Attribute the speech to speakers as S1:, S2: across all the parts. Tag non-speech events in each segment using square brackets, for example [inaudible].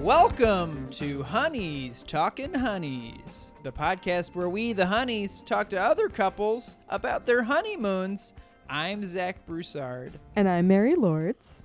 S1: Welcome to Honeys Talking Honeys, the podcast where we, the honeys, talk to other couples about their honeymoons. I'm Zach Broussard,
S2: And I'm Mary Lords.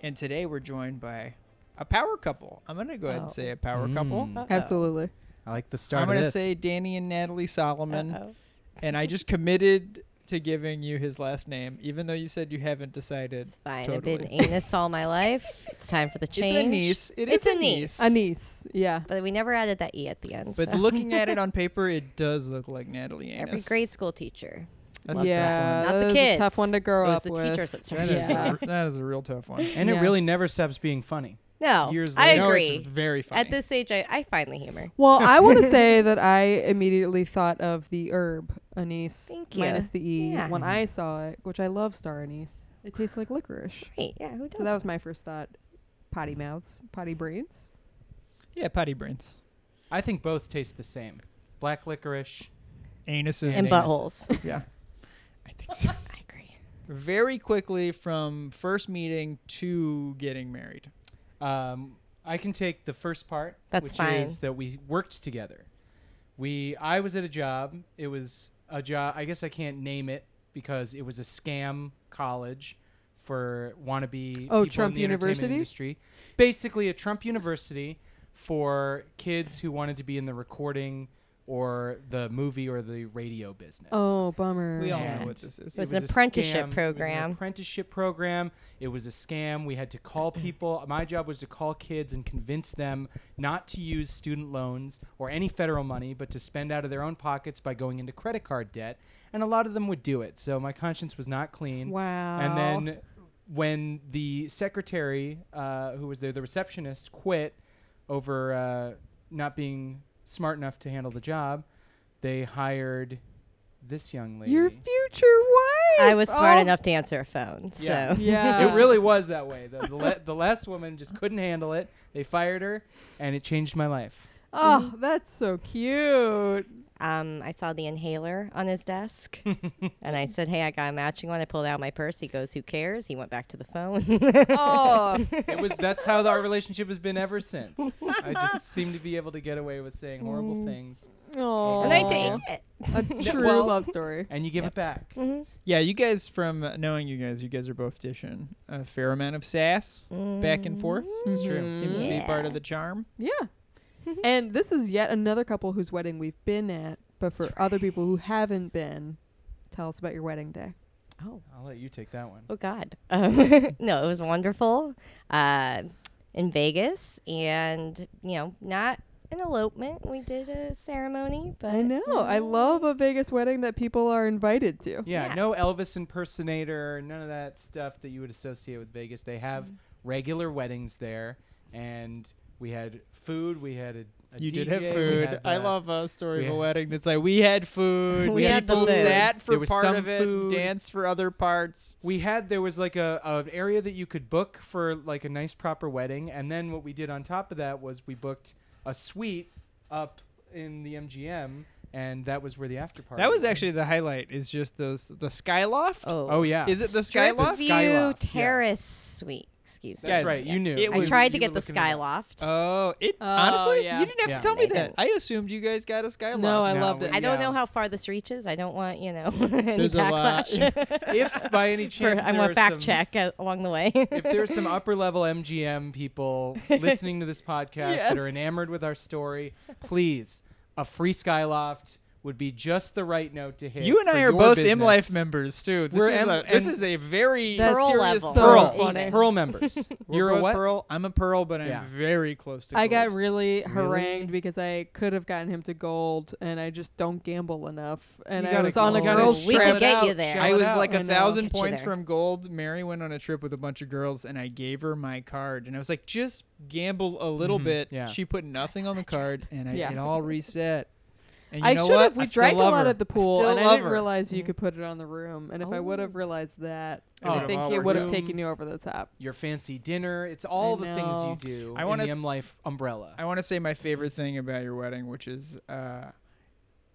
S1: and today we're joined by a power couple. I'm going to go ahead and
S2: Oh.
S1: say a power couple.
S3: Oh.
S4: Mm. Uh-oh.
S2: Absolutely.
S4: I like the start
S1: I'm
S4: of
S1: going to
S4: this.
S1: say Danny and Natalie Solomon,
S3: Uh-oh.
S1: and I just committed to giving you his last name, even though you said you haven't decided.
S3: It's fine. I've been
S1: Totally.
S3: anus all my life. It's time for the change.
S1: It's a niece. It
S3: It's
S1: is
S3: a niece.
S2: A niece. Yeah.
S3: But we never added that E at the end.
S1: But
S3: so.
S1: looking at it on paper, it does look like Natalie Annis.
S3: [laughs] Every grade school teacher.
S1: That's a
S2: yeah.
S3: Not the
S2: that is a
S3: kids.
S2: tough one to grow
S3: It was
S2: up
S3: the
S2: with.
S3: teachers that
S1: That
S3: started.
S1: is,
S2: Yeah.
S1: a, that is a real tough [laughs] one.
S4: and
S2: Yeah.
S4: it really never stops being funny.
S3: No,
S4: Years
S3: I
S4: later.
S1: No,
S3: agree.
S1: it's very funny.
S3: at this age, I, I find the humor.
S2: Well, I
S3: [laughs]
S2: want to say that I immediately thought of the herb anise
S3: Thank you.
S2: minus the e
S3: Yeah.
S2: when I saw it, which I love star anise. It tastes like licorice.
S3: Right? Yeah. Who does?
S2: So that was my first thought. Potty mouths, potty brains.
S1: yeah, potty brains,
S4: I think both taste the same. Black licorice.
S1: anuses,
S3: and
S4: Anus.
S1: [laughs]
S3: buttholes.
S1: Yeah, I think so.
S3: I agree.
S1: [laughs] Very quickly from first meeting to getting married.
S4: Um, I can take the first part,
S3: That's
S4: which
S3: fine.
S4: is that we worked together. We, I was at a job. It was a job. I guess I can't name it because it was a scam college for wannabe.
S2: Oh,
S4: people
S2: Trump
S4: in the entertainment
S2: University?
S4: Industry. Basically, a Trump University for kids who wanted to be in the recording or the movie or the radio business.
S2: Oh, bummer.
S1: We all
S4: Yeah.
S1: know what this is.
S3: It was
S4: It
S3: an
S4: a
S3: apprenticeship
S4: scam. It was an
S3: program.
S4: apprenticeship program. It was a scam. We had
S3: [laughs]
S4: to call people. My job was to call kids and convince them not to use student loans or any federal money, but to spend out of their own pockets by going into credit card debt. And a lot of them would do it. So my conscience was not clean.
S2: Wow.
S4: And then when the secretary, uh, who was there, the receptionist, quit over uh, not being smart enough to handle the job, they hired this young lady.
S2: your future wife.
S3: I was smart
S2: Oh,
S3: enough to answer a phone.
S4: Yeah.
S3: So
S2: Yeah.
S4: [laughs]
S1: Uh,
S4: it really was that way. The, the, la- the last woman just couldn't handle it. They fired her, and it changed my life.
S2: Oh, that's so
S3: [laughs]
S2: cute.
S3: um, I saw the inhaler on his desk, and I said, "Hey, I got a matching one." I pulled out my purse. He goes, "Who cares?" He went back to the phone. [laughs]
S2: Oh,
S4: It was that's how our relationship has been ever since.
S1: [laughs]
S4: I just seem to be able to get away with saying horrible
S1: Mm.
S4: things,
S2: Aw.
S3: and I take it. Mm-hmm.
S2: a
S1: [laughs]
S2: true
S4: well-
S2: love story.
S4: and you give it back.
S1: Yeah, you guys from uh, knowing you guys, you guys are both dishing a fair amount of sass back and forth.
S4: It's true.
S1: Seems to be part
S3: Mm-hmm. Yeah.
S1: of the charm.
S2: Mm-hmm. Yeah. and this is yet another couple whose wedding we've been at, but for other people who haven't been, tell us about your wedding day.
S3: Oh.
S4: I'll let you take that one.
S3: Oh God. Um, [laughs] no, it was wonderful. Uh, in Vegas, and you know, not an elopement. We did a ceremony, but
S2: I know. I love a Vegas wedding that people are invited to.
S4: Yeah,
S3: Yeah.
S4: no Elvis impersonator, none of that stuff that you would associate with Vegas. They have
S1: Mm-hmm.
S4: regular weddings there, and we had food. We had a, a
S1: You did
S4: DJ,
S1: have
S4: we
S1: food.
S4: had
S1: I
S4: the-
S1: love a story
S4: we
S1: of a
S4: had-
S1: wedding that's like we had food.
S3: [laughs] We had the
S1: people
S3: food.
S1: sat for
S4: There was
S1: part
S4: some
S1: of it,
S4: food.
S1: danced for other parts.
S4: we had there was like a an area that you could book for like a nice proper wedding and then what we did on top of that was we booked a suite up in the MGM and that was where the after party
S1: That was actually the highlight. Is just those the skyloft.
S3: Oh,
S4: Oh yeah.
S1: Is it the
S3: Strip
S1: skyloft?
S3: View
S4: Skyloft, yeah.
S3: Terrace Suite. Excuse me.
S4: That's
S1: Guys,
S4: right. You knew.
S1: it
S3: I
S1: was-
S3: tried to
S4: you
S3: get
S4: were
S3: the
S4: looking it up.
S3: Skyloft.
S1: Oh, it
S2: Oh,
S1: honestly,
S2: yeah.
S1: you didn't have
S4: Yeah.
S1: to tell me
S3: They
S1: that.
S3: didn't.
S1: I assumed you guys got a skyloft.
S2: No, I
S4: No,
S2: loved
S4: we-
S2: it.
S3: I don't
S4: yeah.
S3: know how far this reaches. I don't want you know [laughs] any
S1: There's a lot-
S3: backlash.
S4: if by
S1: [laughs]
S3: [laughs]
S4: any
S3: For-
S4: chance
S3: I'm
S4: there
S3: gonna
S4: are
S3: fact
S4: some-
S3: check uh, along the way.
S4: [laughs]
S3: [laughs]
S4: if there's some upper level MGM
S1: [laughs]
S4: people listening to this podcast that are
S2: Yes.
S4: enamored with our story, please, a free Skyloft would be just the right note to hit.
S1: you and
S4: for
S1: I are
S4: your
S1: both
S4: business.
S1: MLife members too. This,
S4: We're
S1: is,
S4: M-
S1: a, this
S4: and-
S1: is a very
S2: That's
S3: Pearl
S1: serious
S3: level.
S2: so
S4: Pearl,
S2: funny.
S4: Pearl members.
S1: [laughs] We're
S4: You're a
S1: both
S4: what?
S1: Pearl. I'm a pearl, but
S4: Yeah.
S1: I'm very close to.
S2: I got
S1: gold.
S2: really
S4: Really?
S2: harangued because I could have gotten him to gold, and I just don't gamble enough. And
S4: You
S2: I
S4: gotta
S2: was on a
S4: go. gotta
S2: girls'
S3: We can
S4: shell
S2: trip.
S4: it
S3: get
S4: out,
S3: you there.
S4: shell
S1: I
S4: it
S1: was
S4: out.
S1: like
S2: I
S1: a
S2: know.
S1: thousand
S3: Get you
S1: points
S3: there.
S1: from gold. Mary went on a trip with a bunch of girls, and I gave her my card. And I was like, just gamble a little
S4: Mhm,
S1: bit.
S4: yeah.
S1: She put nothing on the card, and I, it
S2: Mm-hmm. Yes.
S1: all reset. And you
S2: I
S1: know
S2: should
S1: what?
S2: have.
S1: I
S2: We
S1: still
S2: drank a
S1: love
S2: lot
S1: her.
S2: at the
S1: I
S2: pool,
S1: still
S2: and I
S1: love
S2: didn't
S1: her.
S2: realize you could put it on the room. And if I would
S3: Mm-hmm. Oh.
S2: have realized that,
S1: It
S2: I
S1: would've all
S2: think it
S1: worked
S2: would have
S1: out.
S2: taken you over the top.
S4: Your fancy dinner. It's all
S2: I
S4: the things you do
S1: I
S4: in
S1: wanna
S4: the
S1: s-
S4: M Life umbrella.
S1: I want to say my favorite thing about your wedding, which is uh,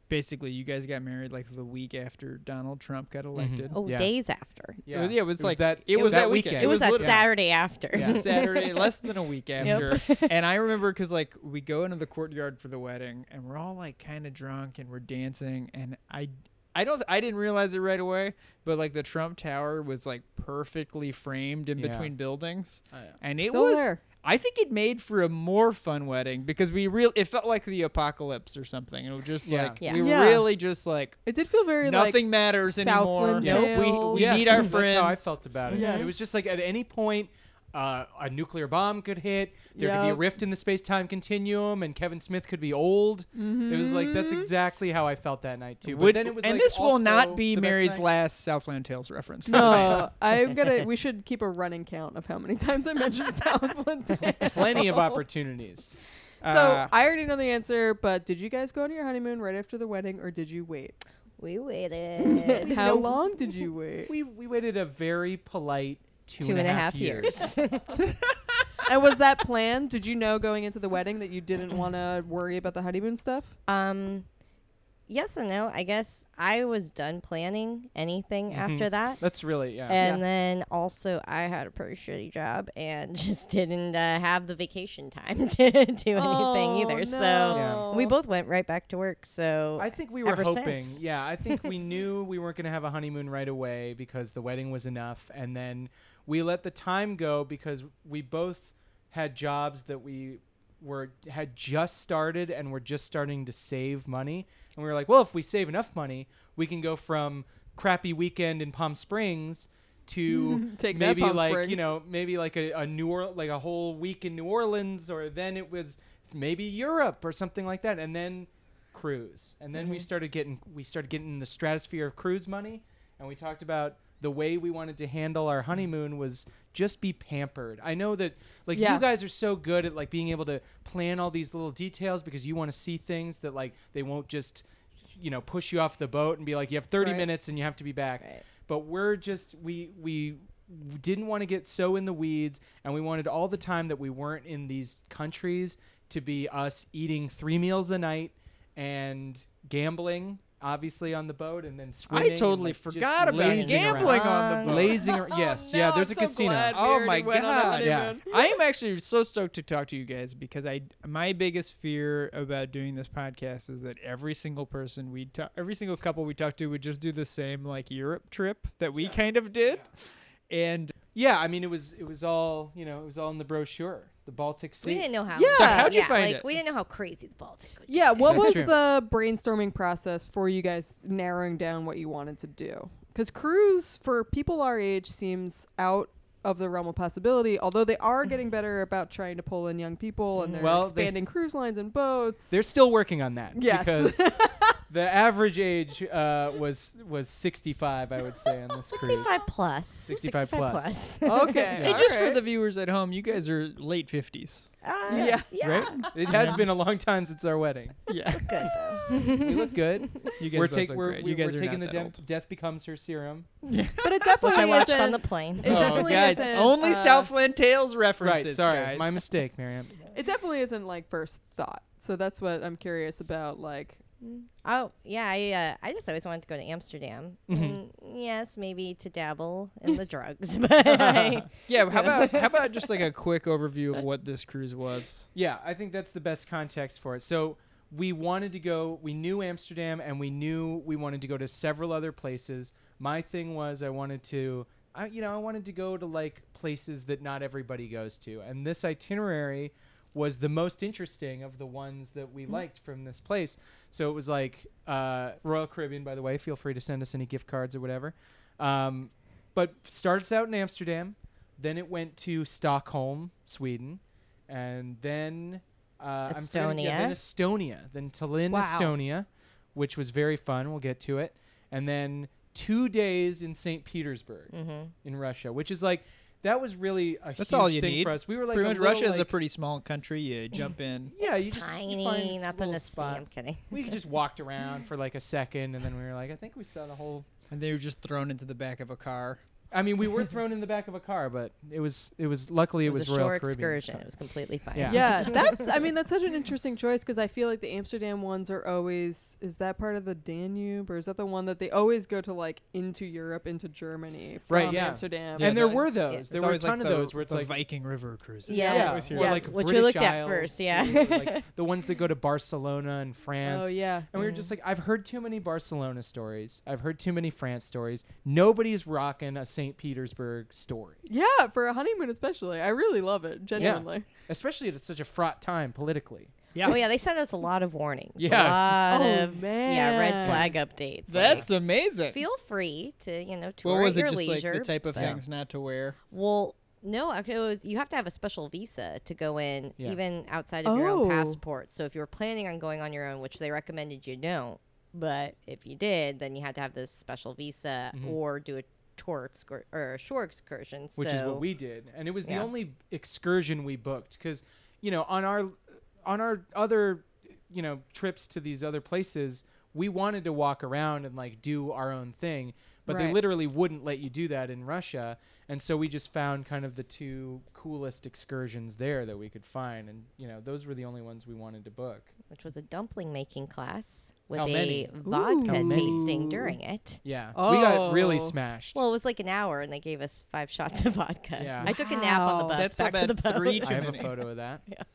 S1: basically you guys got married like the week after Donald Trump got
S2: Mm-hmm.
S1: elected.
S3: Oh,
S4: Yeah.
S3: days after.
S1: It was- yeah, it was like- it was that weekend.
S3: It,
S1: It
S3: was,
S1: was
S3: that
S1: literally-
S3: Saturday after.
S1: It
S2: [laughs]
S1: was Saturday, less than a week after. and I remember because like we go into the courtyard for the wedding, and we're all like kind of drunk and we're dancing, and I. I don't. I didn't realize it right away, but like the Trump Tower was like perfectly framed in
S4: Yeah.
S1: between buildings,
S4: Oh, yeah.
S1: and it
S2: Still
S1: was.
S2: there.
S1: I think it made for a more fun wedding because we real. It felt like the apocalypse or something. It was just
S4: Yeah.
S1: like
S3: Yeah.
S1: we were
S2: Yeah.
S1: really just like
S2: It did feel very
S1: nothing
S2: like
S1: matters anymore.
S2: Southland
S1: Nope. We,
S2: Tales.
S1: we
S2: Yes,
S1: need our
S4: Oh, that's
S1: friends.
S4: how I felt about it.
S2: Yes.
S4: It was just like at any point, uh, a nuclear bomb could hit. There could be a
S2: Yep.
S4: rift in the space-time continuum, and Kevin Smith could be old. It was like that's exactly how I felt that night too. But
S1: Would-
S4: then it was
S1: and
S4: like,
S1: this will
S4: also
S1: not be
S4: the best
S1: Mary's
S4: night.
S1: last Southland Tales reference. for the night.
S2: [laughs] No, I'm gonna. We should keep a running count of how many times I mentioned Southland. Tales.
S4: [laughs]
S1: [laughs]
S4: Plenty of opportunities.
S1: Uh,
S2: So I already know the answer, but did you guys go on your honeymoon right after the wedding, or did you wait?
S3: [laughs]
S2: [laughs]
S3: We waited [laughs]
S2: How long did you wait?
S4: We we waited a very polite two
S3: two and a half [laughs]
S4: years.
S3: years.
S2: and was that planned? Did you know going into the wedding that you didn't want to worry about the honeymoon stuff?
S3: um, yes and no. I guess I was done planning anything after that.
S4: That's really yeah.
S3: And then also, I had a pretty shitty job and [laughs] just didn't uh, have the vacation time [laughs] to do anything either. So we
S2: Oh, no.
S3: both went right back to work. So
S4: I think we were
S3: ever
S4: hoping.
S3: since.
S4: Yeah, I think
S2: [laughs]
S4: we knew we weren't going to have a honeymoon right away because the wedding was enough, and then we let the time go because we both had jobs that we were had just started and were just starting to save money, and we were like, well, if we save enough money, we can go from crappy weekend in Palm Springs to
S2: [laughs] Take that,
S4: maybe
S2: Palm
S4: like you
S2: Springs.
S4: know know, maybe like a, a New or- like a whole week in New Orleans, or then it was maybe Europe or something like that, and then cruise, and then we
S2: Mm-hmm.
S4: started getting we started getting in the stratosphere of cruise money, and we talked about the way we wanted to handle our honeymoon was just be pampered. I know that like
S2: Yeah.
S4: you guys are so good at like being able to plan all these little details because you want to see things that like they won't just you know push you off the boat and be like you have 30
S2: Right.
S4: minutes and you have to be back
S3: Right.
S4: but we're just we we didn't want to get so in the weeds and we wanted all the time that we weren't in these countries to be us eating three meals a night and gambling obviously on the boat and then
S1: I
S4: swimming and,
S1: totally
S4: like, just
S1: forgot about
S4: lazing around.
S1: gambling on
S3: Um,
S1: the boat.
S4: lazing
S1: [laughs]
S4: ar- yes yeah there's a casino
S1: Oh my God,
S4: yeah.
S1: I am actually so stoked to talk to you guys because I my biggest fear about doing this podcast is that every single person we talk, every single couple we talk to would just do the same like Europe trip that we kind of did, and
S4: yeah i mean it was it was all you know it was all in the brochure the baltic sea
S3: we didn't know how.
S2: Yeah. So
S1: how'd you
S3: yeah,
S1: find
S3: like,
S1: it?
S3: We didn't know how crazy the Baltic would get.
S2: Yeah, what
S4: That's
S2: was
S4: true.
S2: the brainstorming process for you guys narrowing down what you wanted to do? Because cruise for people our age seems out of the realm of possibility, although they are getting better about trying to pull in young people and they're
S4: Well, they-
S2: expanding cruise lines and boats.
S4: They're still working on that.
S2: Yes.
S4: Because
S2: [laughs]
S4: the average age uh, was was 65, I would say, on this cruise.
S3: 65 plus.
S4: 65 plus.
S2: Okay.
S1: and
S2: all
S1: just for
S2: right.
S1: the viewers at home, you guys are late
S4: [laughs]
S1: fifties.
S3: [laughs] Uh,
S2: Yeah.
S3: yeah.
S4: Right? It has been a long time since our wedding.
S1: Yeah,
S3: Good though.
S4: We look good.
S1: you guys
S4: we're
S1: both
S4: take-
S1: look
S4: we're,
S1: great.
S4: we-
S1: you guys
S4: we're
S1: are
S4: taking
S1: not
S4: the
S1: that
S4: de-
S1: old.
S4: Death Becomes Her serum.
S2: but it
S3: Which I
S2: definitely
S3: watched
S2: isn't.
S3: on the plane.
S2: it
S4: Oh,
S2: definitely
S1: God.
S2: isn't.
S1: Only
S2: uh,
S1: Southland Tales references.
S4: Right, sorry.
S1: guys.
S4: My mistake, Miriam.
S2: It definitely isn't like first thought. So that's what I'm curious about. Like,
S3: Oh yeah, I uh, I just always wanted to go to Amsterdam.
S4: Mm-hmm.
S3: And yes, maybe to dabble in the drugs, [laughs] but I,
S1: [laughs] Yeah, how about
S3: [laughs]
S1: how about just like a quick overview of what this cruise was?
S4: Yeah, I think that's the best context for it. So we wanted to go, we knew Amsterdam and we knew we wanted to go to several other places. My thing was I wanted to I you know, I wanted to go to like places that not everybody goes to. And this itinerary was the most interesting of the ones that we liked from this place. So it was like uh, Royal Caribbean, by the way. Feel free to send us any gift cards or whatever. Um, but starts out in Amsterdam, then it went to Stockholm, Sweden, and then uh, I'm forgetting- yeah, then
S3: Estonia.
S4: Estonia, then Tallinn,
S3: Wow.
S4: Estonia, which was very fun. We'll get to it, and then two days in Saint Petersburg
S3: Mm-hmm.
S4: in Russia, which is like that was really a
S1: That's
S4: huge
S1: all you
S4: thing
S1: need.
S4: for us. We were like
S1: Pretty
S4: a
S1: much,
S4: little,
S1: Russia is a
S4: like-
S1: pretty small country. You
S3: [laughs]
S1: jump in.
S4: yeah, you just you find
S3: tiny,
S4: s-
S3: nothing
S4: little
S3: to
S4: spot.
S3: see. I'm kidding. [laughs]
S4: We just walked around for like a second, and then we were like, I think we saw the whole
S1: And they were just thrown into the back of a car.
S4: I mean, we were thrown in the back of a car, but it was it was luckily it,
S3: was, a
S4: Royal
S3: shore
S4: Caribbean. this
S3: excursion.
S4: time.
S3: It was completely fine.
S4: Yeah.
S2: yeah,
S4: [laughs]
S2: that's. I mean, that's such an interesting choice because I feel like the Amsterdam ones are always. Is that part of the Danube or is that the one that they always go to like into Europe, into Germany from
S4: Right, yeah.
S2: Amsterdam?
S1: Yeah,
S4: and there
S2: but-
S4: were those.
S3: It's
S4: There were a ton of those where it's
S1: the
S4: like
S1: Viking River cruises.
S3: Yeah.
S4: yeah,
S3: Yes,
S4: or
S2: yes.
S4: like
S3: Which we
S4: British
S3: looked at
S4: Isles,
S3: first, yeah.
S4: or,
S3: [laughs]
S4: like the ones that go to Barcelona and France.
S2: Oh yeah.
S4: And we were just like, I've heard too many Barcelona stories. I've heard too many France stories. Nobody's rocking a St. Petersburg story,
S2: Yeah, for a honeymoon especially. I really love it, genuinely.
S4: especially at such a fraught time politically.
S3: [laughs] Oh yeah, they sent us a lot of warnings. A
S4: Yeah.
S3: lot
S2: Oh,
S3: of yeah,
S2: man.
S3: red flag updates.
S1: That's
S3: like,
S1: amazing.
S3: feel free to you know tour
S1: what was it?
S3: at your
S1: Just
S3: leisure.
S1: like the type of
S4: Yeah.
S1: things not to wear.
S3: well, no, actually, it was, you have to have a special visa to go in,
S4: Yeah.
S3: even outside of your own
S2: Oh.
S3: passport. So if you were planning on going on your own, which they recommended you don't, but if you did, then you had to have this special visa
S4: Mhm.
S3: or do a tour excur- or a shore excursion.
S4: which is
S3: So-
S4: what we did and it was the
S3: Yeah.
S4: only excursion we booked because you know on our on our other you know trips to these other places we wanted to walk around and like do our own thing but they
S2: Right.
S4: literally wouldn't let you do that in russia and so we just found kind of the two coolest excursions there that we could find and you know those were the only ones we wanted to book
S3: which was a dumpling making class with
S4: How
S3: a
S4: many?
S3: vodka
S4: How many?
S3: tasting during it.
S4: yeah we got really
S2: Oh.
S4: smashed
S3: Well, it was like an hour, and they gave us five [laughs] shots of vodka.
S4: Yeah.
S3: I took a nap on the
S2: Wow.
S3: bus
S1: That's
S3: back to the
S1: about
S3: boat.
S1: three
S4: i
S1: too
S4: have a
S1: many.
S4: photo of [laughs] that
S1: That's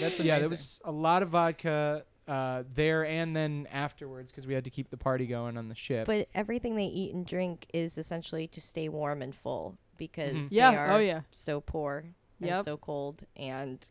S1: amazing.
S4: yeah, there was a lot of vodka uh, there and then afterwards because we had to keep the party going on the ship.
S3: But everything they eat and drink is essentially to stay warm and full because
S4: Mhm.
S3: they
S2: Yeah.
S3: are
S2: Oh yeah.
S3: so poor and
S2: Yep.
S3: so cold and.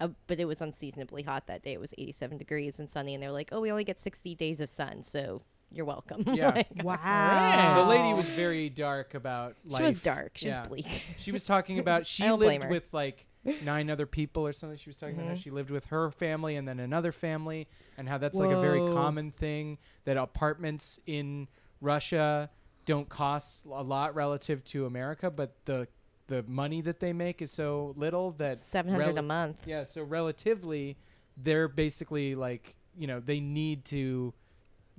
S3: Uh, but it was unseasonably hot that day. It was 87 degrees and sunny, and they were like, "Oh, we only get 60 days of sun, so you're welcome."
S4: Yeah.
S3: [laughs] Like,
S1: Wow.
S4: the lady was very dark about life.
S3: she was dark. She
S4: Yeah.
S3: was bleak.
S4: She was talking
S3: [laughs]
S4: about she
S3: don't blame
S4: lived
S3: her. Mm-hmm.
S4: with like nine other people or something. She was talking about how she lived with her family and then another family and how that's like a very
S2: Whoa.
S4: common thing that apartments in Russia don't cost a lot relative to America, but the the money that they make is so little
S3: [laughs]
S4: that
S3: 700 a
S4: rel-
S3: month.
S4: Yeah, so relatively, they're basically like, you know, they need to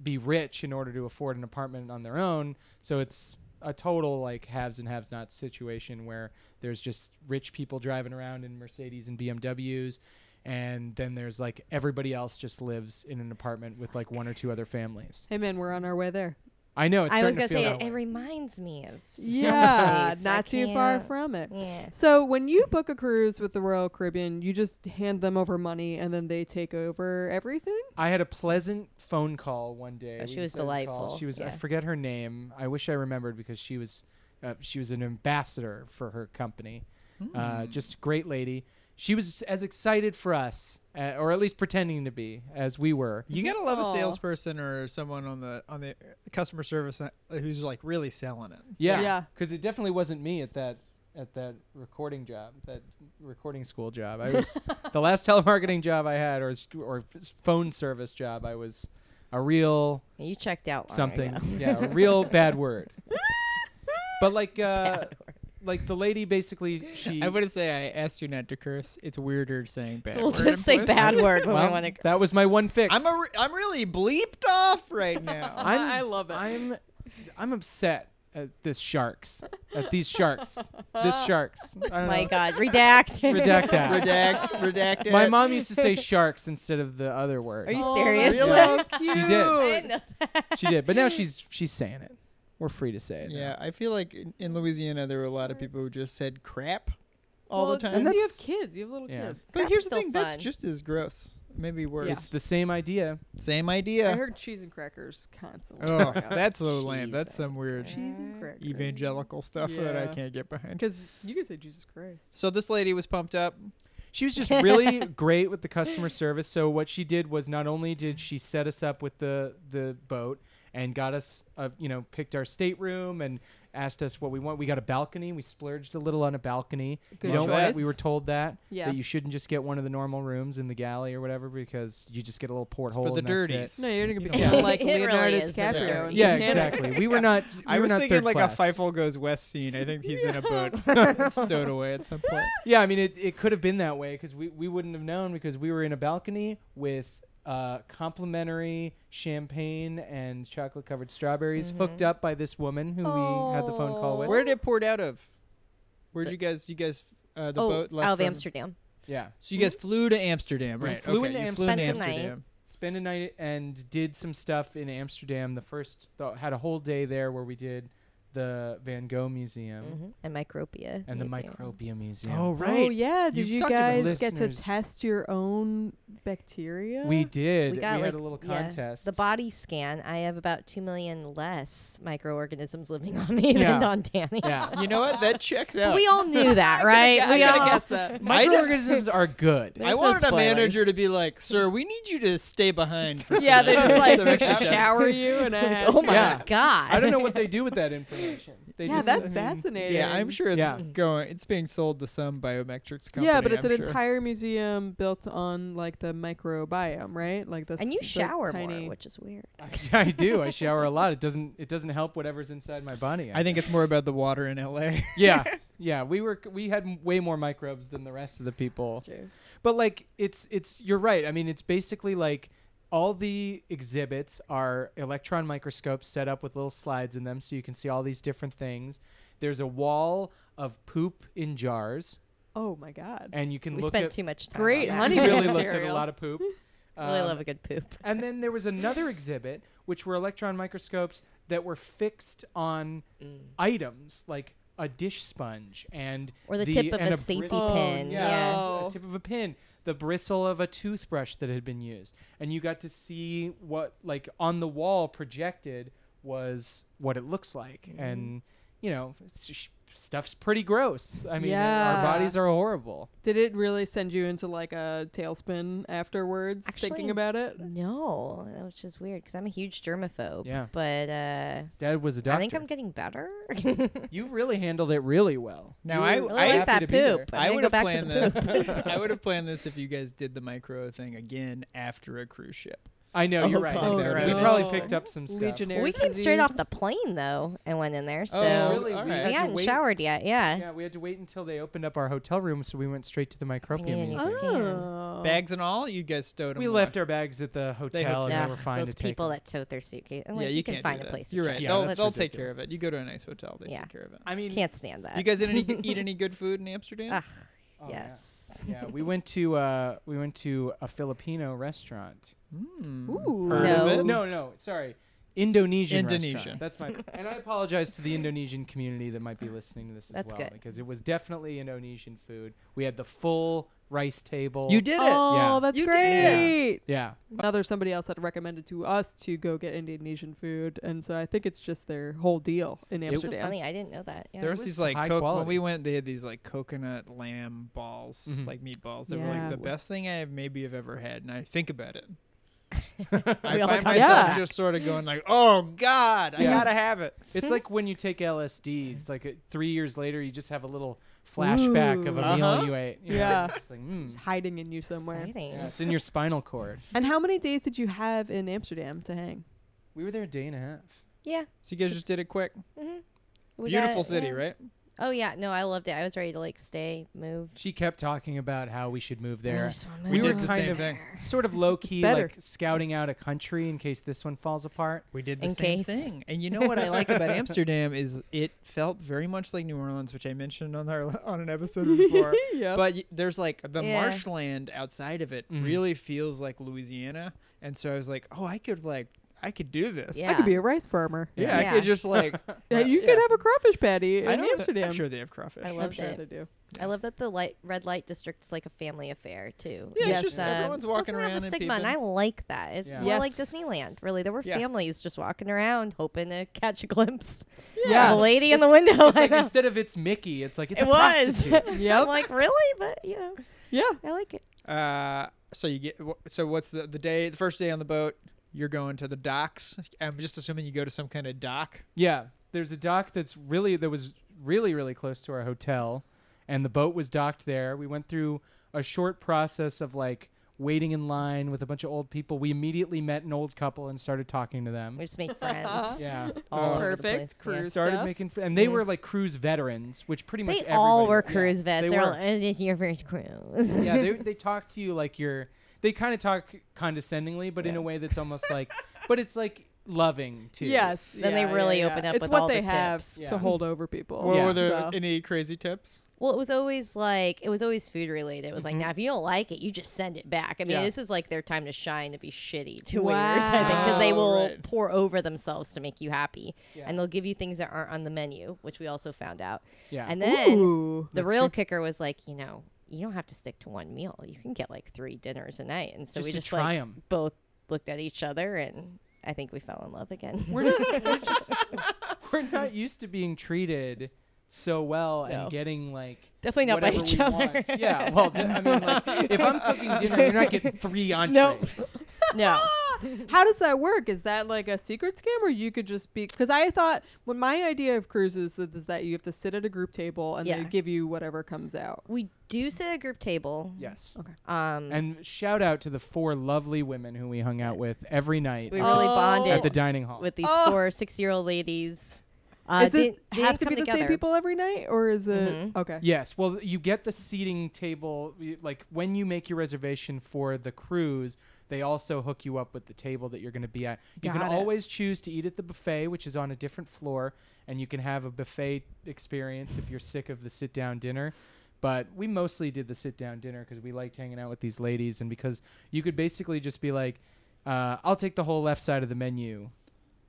S4: be rich in order to afford an apartment on their own. So it's a total like haves and haves not situation where there's just rich people driving around in Mercedes and BMWs. And then there's like everybody else just lives in an apartment with like one or two other families.
S2: Hey man, we're on our way there.
S4: I know it's
S3: I was
S4: starting
S3: gonna
S4: to feel
S3: say
S4: that
S3: it,
S4: way.
S3: it reminds me of
S2: Yeah,
S3: someplace. I
S2: not too far
S3: can't-
S2: from it.
S3: Yeah.
S2: So when you book a cruise with the Royal Caribbean, you just hand them over money and then they take over everything?
S4: I had a pleasant phone call one day.
S3: Oh,
S4: We
S3: she was
S4: just had a call.
S3: delightful,
S4: She was I
S3: yeah.
S4: forget her name. I wish I remembered because she was uh, she was an ambassador for her company. Uh,
S3: Hmm.
S4: just a great lady. She was as excited for us, uh, or at least pretending to be, as we were.
S1: You gotta love a
S2: Aw.
S1: salesperson or someone on the on the uh, customer service uh, who's like really selling it.
S4: Yeah,
S2: Yeah.
S4: Because it definitely wasn't me at that at that recording job, that recording school job. I
S3: [laughs]
S4: was the last telemarketing job I had, or s- or f- phone service job. I was a real
S3: You checked out long
S4: something. [laughs]
S3: ago.
S4: Yeah, a real bad word. But like, uh, like the lady basically she.
S1: I wouldn't say I asked you not to curse. It's weirder saying bad.
S3: So we'll
S1: word
S3: just say
S1: implicit.
S3: bad word when we
S4: well,
S3: want to.
S4: that was my one fix.
S1: I'm [laughs] a re- I'm really bleeped off right
S3: [laughs]
S1: now.
S4: I'm-
S2: I love it.
S4: I'm I'm upset at this sharks. At these sharks. this sharks. I don't
S3: My
S4: know.
S3: God, redact.
S4: Redact
S2: [laughs]
S4: that.
S1: redact, redact it.
S4: My mom used to say sharks instead of the other word.
S3: Are you
S2: Oh,
S3: serious?
S2: that's so
S4: She
S2: cute.
S4: did.
S3: [laughs] I didn't know that.
S4: she did, but now she's she's saying it. We're free to say it. now.
S1: Yeah, I feel like in, in Louisiana there were a lot of people who just said crap all
S2: well,
S1: the time.
S2: And you have
S4: that's-
S2: kids. You have little
S4: Yeah.
S2: kids.
S1: but
S3: crap's
S1: here's the
S3: still
S1: thing:
S3: fun.
S1: that's just as gross, maybe
S4: It's
S1: worse.
S4: the same idea.
S1: Same [laughs]
S2: I
S1: idea.
S2: heard cheese and crackers constantly.
S1: Oh,
S2: growing up.
S1: that's so lame. That's
S3: Jesus.
S1: some weird
S2: cheese and crackers.
S1: evangelical stuff that I
S2: Yeah.
S1: can't get behind.
S2: Because you could say Jesus Christ.
S1: So this lady was pumped up.
S4: She was just really great with the customer service. So what she did was not only did she set us up with the the boat and got us, uh, you know, picked our stateroom and asked us what we want. We got a balcony. We splurged a little on a balcony.
S2: Good
S4: you know what?
S2: choice.
S4: We were told that
S2: Yeah.
S4: that you shouldn't just get one of the normal rooms in the galley or whatever because you just get a little porthole
S1: the
S4: and that's it.
S1: dirties.
S2: No, you're gonna be
S1: Yeah.
S2: feeling like
S3: It
S2: Leonardo
S3: really is the
S2: DiCaprio.
S3: dirty.
S2: and
S4: Yeah,
S2: just hand it-
S4: exactly. We were not. We
S1: [laughs] I
S4: were
S1: was
S4: not
S1: thinking
S4: third
S1: like
S4: class.
S1: a Feifel goes west scene. I think he's in a [laughs] boat stowed away at some point.
S4: Yeah, I mean, it, it could have been that way because we, we wouldn't have known because we were in a balcony with uh, complimentary champagne and chocolate covered strawberries
S3: Mm-hmm.
S4: hooked up by this woman who we had the phone call with.
S1: Where did it poured out of? Where'd you guys? You guys? Uh, the
S3: oh,
S1: boat left
S3: out of
S1: from-
S3: Amsterdam.
S4: Yeah.
S1: So you guys flew to Amsterdam, right?
S4: flew
S1: okay,
S4: into
S1: you flew into
S3: Amsterdam. Spent the night.
S1: Amsterdam.
S4: Spent a night and did some stuff in Amsterdam. The first, th- had a whole day there where we did the Van Gogh Museum
S3: Mhm. And Micropia.
S4: and the
S3: Museum.
S4: Micropia Museum.
S1: Oh right.
S2: Oh yeah, did
S4: You've
S2: you
S4: talked about
S2: guys get to
S4: listeners.
S2: test your own bacteria?
S4: We did.
S3: We got
S4: had
S3: like
S4: a little
S3: yeah,
S4: contest.
S3: the body scan. I have about two million less microorganisms living on me
S4: Yeah.
S3: than on
S4: [laughs]
S3: Danny. [laughs]
S4: yeah.
S1: You know what? That checks out.
S3: We all
S4: [laughs]
S3: knew that, right?
S2: I
S3: we
S2: gotta
S3: all
S2: guess [laughs] that.
S4: Microorganisms are good.
S1: I
S3: There's no
S1: wanted a manager
S3: spoilers.
S1: to be like, "Sir, we need you to stay behind."
S2: [laughs]
S1: For
S2: yeah, they
S1: [laughs]
S2: just
S1: some
S2: like
S1: extra time."
S2: shower you and a
S3: Like, [laughs] oh my
S4: Yeah.
S3: god!
S4: I don't know what
S1: [laughs]
S4: they do with that information. They
S2: yeah,
S4: just,
S2: that's
S4: I mean,
S2: fascinating.
S1: Yeah, I'm sure it's
S4: Yeah.
S1: going. It's being sold to some biometrics company.
S2: yeah, but it's
S1: I'm
S2: an
S1: sure.
S2: entire museum built on like the microbiome, right? Like the
S3: And you
S2: s- the
S3: shower
S2: tiny...
S3: more, which is weird.
S4: I, [laughs] I do. I shower a lot. It doesn't. It doesn't help whatever's inside my body.
S1: I think it's more about the water in LA.
S4: yeah, yeah. We were. We had m- way more microbes than the rest of the people.
S2: That's true.
S4: But like, it's. It's. You're right. I mean, it's basically like all the exhibits are electron microscopes set up with little slides in them, so you can see all these different things. There's a wall of poop in jars,
S2: Oh my god.
S4: and you can
S3: We
S4: look
S3: spent
S4: at.
S3: too much time.
S2: Great
S3: on that.
S2: honey-
S4: we
S3: [laughs]
S4: really
S2: material.
S4: looked at a lot of poop.
S3: really
S4: Um,
S3: love a good poop.
S4: And then there was another exhibit, which were electron microscopes that were fixed on items like a dish sponge and
S3: Or the, tip of
S4: and
S3: a
S4: bris-
S3: safety
S2: Oh,
S3: pin.
S4: yeah,
S3: Yeah.
S2: no.
S4: the tip of a pin, the bristle of a toothbrush that had been used, and you got to see what like on the wall projected was what it looks like,
S3: Mm-hmm.
S4: and you know it's just- stuff's pretty gross. I mean,
S2: Yeah.
S4: our bodies are horrible.
S2: Did it really send you into like a tailspin afterwards thinking
S3: Actually- mm,
S2: about it?
S3: No, which is weird because I'm a huge germaphobe.
S4: Yeah.
S3: But uh,
S4: Dad was a doctor.
S3: I think I'm getting better. [laughs]
S4: you really handled it really well.
S1: Now
S4: You
S1: I-
S4: were
S1: I
S3: I
S4: happy
S3: like that
S4: to
S3: poop.
S4: be there.
S1: [laughs]
S3: I'm
S1: would
S3: gonna go
S1: have
S3: back to
S1: planned
S3: the poop.
S1: this. I would have planned this if you guys did the micro thing again after a cruise ship.
S4: I know you're right.
S1: God.
S4: We
S1: Oh,
S4: we
S1: no.
S4: probably picked up some stuff.
S2: Legionnaires.
S3: we came straight off the plane though and went in there. So
S1: Oh, really?
S4: All
S1: We
S3: we
S1: had
S4: to
S3: hadn't
S4: wait-
S3: showered yet. Yeah.
S4: Yeah, we had to wait until they opened up our hotel room, so we went straight to the microbium
S3: Yeah,
S4: museum.
S3: yeah.
S2: Oh.
S1: Bags and all, you guys stowed them.
S4: We left our bags at the hotel,
S1: hooked
S4: and
S3: Ugh,
S4: they were fine
S3: those
S4: to take.
S3: people
S4: them.
S3: that tote their suitcase. I'm
S1: yeah,
S3: like,
S1: you,
S3: can
S1: can't
S3: find
S1: do
S3: a
S1: that.
S3: place. to
S1: You're
S3: check
S1: right.
S3: it.
S4: Yeah,
S1: they'll
S3: Let's-
S1: they'll
S4: just-
S1: take care of it. You go to a nice hotel, they
S3: Yeah. Uh,
S1: take care of it. [laughs]
S4: I mean,
S3: Can't stand that.
S1: You
S3: [laughs]
S1: guys didn't any- eat any good food in Amsterdam?
S3: Ah,
S4: oh, yeah.
S3: yes.
S4: Yeah. we went to uh, we went to a Filipino restaurant.
S1: Mm.
S2: Ooh.
S1: Heard
S3: No.
S1: of it?
S4: No, no, sorry, Oh. Indonesian. restaurant.
S1: Indonesian.
S4: That's my. and I apologize to the Indonesian community that might be listening to this as
S3: That's
S4: well,
S3: good.
S4: because it was definitely Indonesian food. We had the full rice table.
S1: You did it.
S2: Oh,
S4: Yeah.
S2: that's
S1: You did it.
S2: great.
S4: Yeah.
S2: Another somebody else had recommended to us to go get Indonesian food, and so I think it's just their whole deal in
S4: It was
S3: It's so
S2: Amsterdam.
S3: funny. I didn't know that. Yeah.
S1: There was
S4: was
S1: these like
S4: high
S1: co- when
S4: quality.
S1: we went, they had these like coconut lamb balls,
S4: Mhm.
S1: like meatballs. They were like
S2: Yeah.
S1: the best thing I have maybe have ever had, and I think about
S3: [laughs]
S1: it. I
S3: We all
S1: find
S3: come
S1: myself
S2: back.
S1: just sort of going like, "Oh God, I
S4: Yeah.
S1: gotta have it."
S3: Hmm?
S4: It's like when you take LSD. It's like uh three years later, you just have a little flashback of a
S1: Uh-huh.
S4: meal you ate. you know?
S2: Yeah.
S4: it's like mm.
S2: It's hiding in you somewhere.
S3: Exciting.
S4: Yeah, it's in your spinal cord.
S2: And how many days did you have in Amsterdam to hang?
S4: We were there a day and a half.
S3: Yeah.
S1: So you guys just did it quick.
S3: mhm. We got-
S1: Beautiful city,
S3: yeah.
S1: right?
S3: Oh yeah. No, I loved it. I was ready to like stay, move.
S4: She kept talking about how we should move
S3: I
S4: there.
S3: just wanna
S1: We
S3: move.
S1: did the same thing.
S4: Sort of low key,
S2: better.
S4: like scouting out a country in case this one
S3: [laughs]
S4: falls apart.
S1: We did the
S3: In
S1: same
S3: case.
S1: thing. And you know what I like about Amsterdam is it felt very much like New Orleans, which I mentioned on our [laughs] on an episode before.
S2: Yep.
S1: But y- there's like the
S3: Yeah.
S1: marshland outside of it
S2: Mm-hmm.
S4: Mhm.
S1: really feels like Louisiana, and so I was like, "Oh, I could like I could do this."
S3: Yeah.
S2: I could be a rice farmer.
S1: Yeah, I
S3: Yeah.
S1: could just like
S2: Yeah, you
S1: yeah.
S2: could have a crawfish patty in
S1: I don't
S2: Amsterdam.
S1: I'm sure they have crawfish.
S3: I
S2: I'm
S3: loved
S2: sure
S3: it.
S2: they do.
S3: I love that the light red light district's like a family affair too.
S1: Yeah,
S2: it's
S3: It's,
S2: just
S3: um,
S1: everyone's walking
S3: doesn't have
S1: around
S3: a
S1: and
S3: stigma, and I
S1: peeping.
S3: like that. It's
S4: Yeah.
S3: more like
S2: Yes.
S3: Disneyland, really. There were
S1: Yeah.
S3: families just walking around hoping to catch a glimpse
S2: Yeah.
S3: of a lady in the window.
S4: It's
S3: Oh, I
S4: like
S3: know.
S4: instead of it's Mickey, it's like it's
S3: it
S4: a
S3: was.
S4: prostitute.
S2: Yep.
S3: [laughs] I'm like, really? But you know,
S2: Yeah.
S3: I like it.
S1: Uh, so you get wh- so what's the the day the first day on the boat? You're going to the docks. I'm just assuming you go to some kind of dock.
S4: Yeah, there's a dock that's really that was really really close to our hotel, and the boat was docked there. We went through a short process of like waiting in line with a bunch of old people. We immediately met an old couple and started talking to them.
S3: We just made friends. [laughs]
S4: [laughs] Yeah,
S3: All over the
S2: Perfect.
S3: place, yeah.
S2: Cruise
S4: started
S2: stuff.
S4: making fr- and they were like cruise veterans, which pretty much
S3: Mm-hmm. They all
S4: everybody
S3: were
S4: was.
S3: cruise vets. [laughs] "Oh,
S4: They
S3: They are
S4: were.
S3: like, "Is this your first cruise?"
S4: yeah, they they talk to you like you're they kind of talk condescendingly, but in
S3: Yeah.
S4: a way that's almost
S3: [laughs]
S4: like, but it's like loving too.
S2: Yes.
S3: Then
S2: yeah,
S3: they really
S2: yeah, yeah.
S3: open up
S2: It's
S3: with
S2: what
S3: all
S2: they
S3: the
S2: have
S3: tips.
S4: Yeah.
S2: to hold over people.
S1: Well,
S4: Yeah.
S1: were there
S2: So-
S1: any crazy tips?
S3: Well, it was always like it was always food related. It was like, now if you don't like it, you just send it back. I mean,
S4: Mm-hmm. Yeah.
S3: this is like their time to shine to be shitty to waiters, I think, because they
S1: Wow.
S3: will
S1: Right.
S3: pour over themselves to make you happy,
S4: Yeah.
S3: and they'll give you things that aren't on the menu, which we also found out.
S4: Yeah.
S3: And then
S4: [laughs]
S2: Ooh.
S3: the
S1: That's
S3: real
S1: true.
S3: kicker was like, you know, you don't have to stick to one meal. You can get like three dinners a night, and so
S4: Just
S3: we
S4: to
S3: just
S4: try
S3: like
S4: 'em.
S3: both looked at each other, and I think we fell in love again.
S4: we're just, we're just we're not used to being treated so well
S3: No.
S4: and getting like
S3: [laughs] Definitely not by
S4: whatever
S3: each
S4: we
S3: other.
S4: want. Yeah, well, th- I mean, like if I'm cooking dinner, you're not getting three
S3: [laughs]
S4: entrees.
S3: Nope. no.
S2: [laughs] How does that work? Is that like a secret scam, or you could just be? Because I thought when my idea of cruises that is that you have to sit at a group table and they
S3: Yeah.
S2: give you whatever comes out.
S3: [laughs] We do sit at a group table.
S4: Yes.
S3: Um,
S4: And shout out to the four lovely women who we hung out with every night
S3: we really
S2: Oh.
S3: bonded
S4: at the dining hall.
S3: with these
S2: Oh.
S3: four six-year-old ladies. Uh,
S2: Does it
S3: didn't- they
S2: have
S3: didn't
S2: to be
S3: come
S2: the same
S3: together. Mm-hmm.
S2: people every night, or is it okay?
S4: Yes. Well, you get the seating table. y- Like when you make your reservation for the cruise, they also hook you up with the table that you're going to be at. You can
S2: Got it.
S4: always choose to eat at the buffet, which is on a different floor, and you can have a buffet experience if you're sick of the sit down dinner. But we mostly did the sit down dinner because we liked hanging out with these ladies, and because you could basically just be like, uh, I'll take the whole left side of the menu.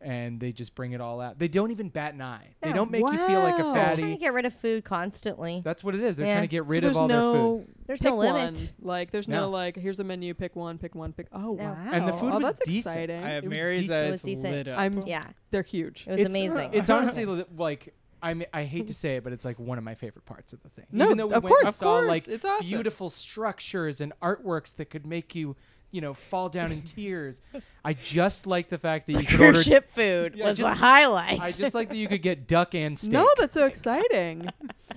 S4: And they just bring it all out. They don't even bat an eye. They
S3: No.
S4: don't make you feel like a
S2: Wow.
S3: They're just
S4: fatty.
S3: trying to get rid of food constantly.
S4: That's what it is. They're
S3: Yeah.
S4: trying to get
S2: So
S4: rid of
S2: there's
S4: all
S2: no
S4: their food.
S3: There's no
S2: pick
S3: limit.
S2: one. Like there's no.
S4: No.
S2: like here's a menu, pick one, pick one, pick. Oh
S3: No.
S2: wow!
S4: And the food
S2: oh,
S4: was
S2: that's
S4: decent.
S2: exciting.
S1: I have
S4: was
S1: Mary's
S4: decent.
S3: It
S1: eyes
S3: was decent.
S1: lit up.
S2: I'm-
S3: Yeah,
S2: They're huge.
S3: it was amazing. [laughs]
S4: It's honestly li- like I mean, I hate to say it, but it's like one of my favorite parts of the thing.
S2: No,
S4: Even though we
S2: of
S4: went and
S2: course, of
S4: saw
S2: course.
S4: like
S2: It's awesome.
S4: beautiful structures and artworks that could make you, you know, fall down
S2: [laughs]
S4: in tears. I just like the fact that you could order.
S3: cruise ship food
S4: Yeah,
S3: was the
S4: just-
S3: highlight. [laughs]
S4: I just like that you could get duck and steak.
S2: No, that's
S4: [laughs]
S2: so exciting.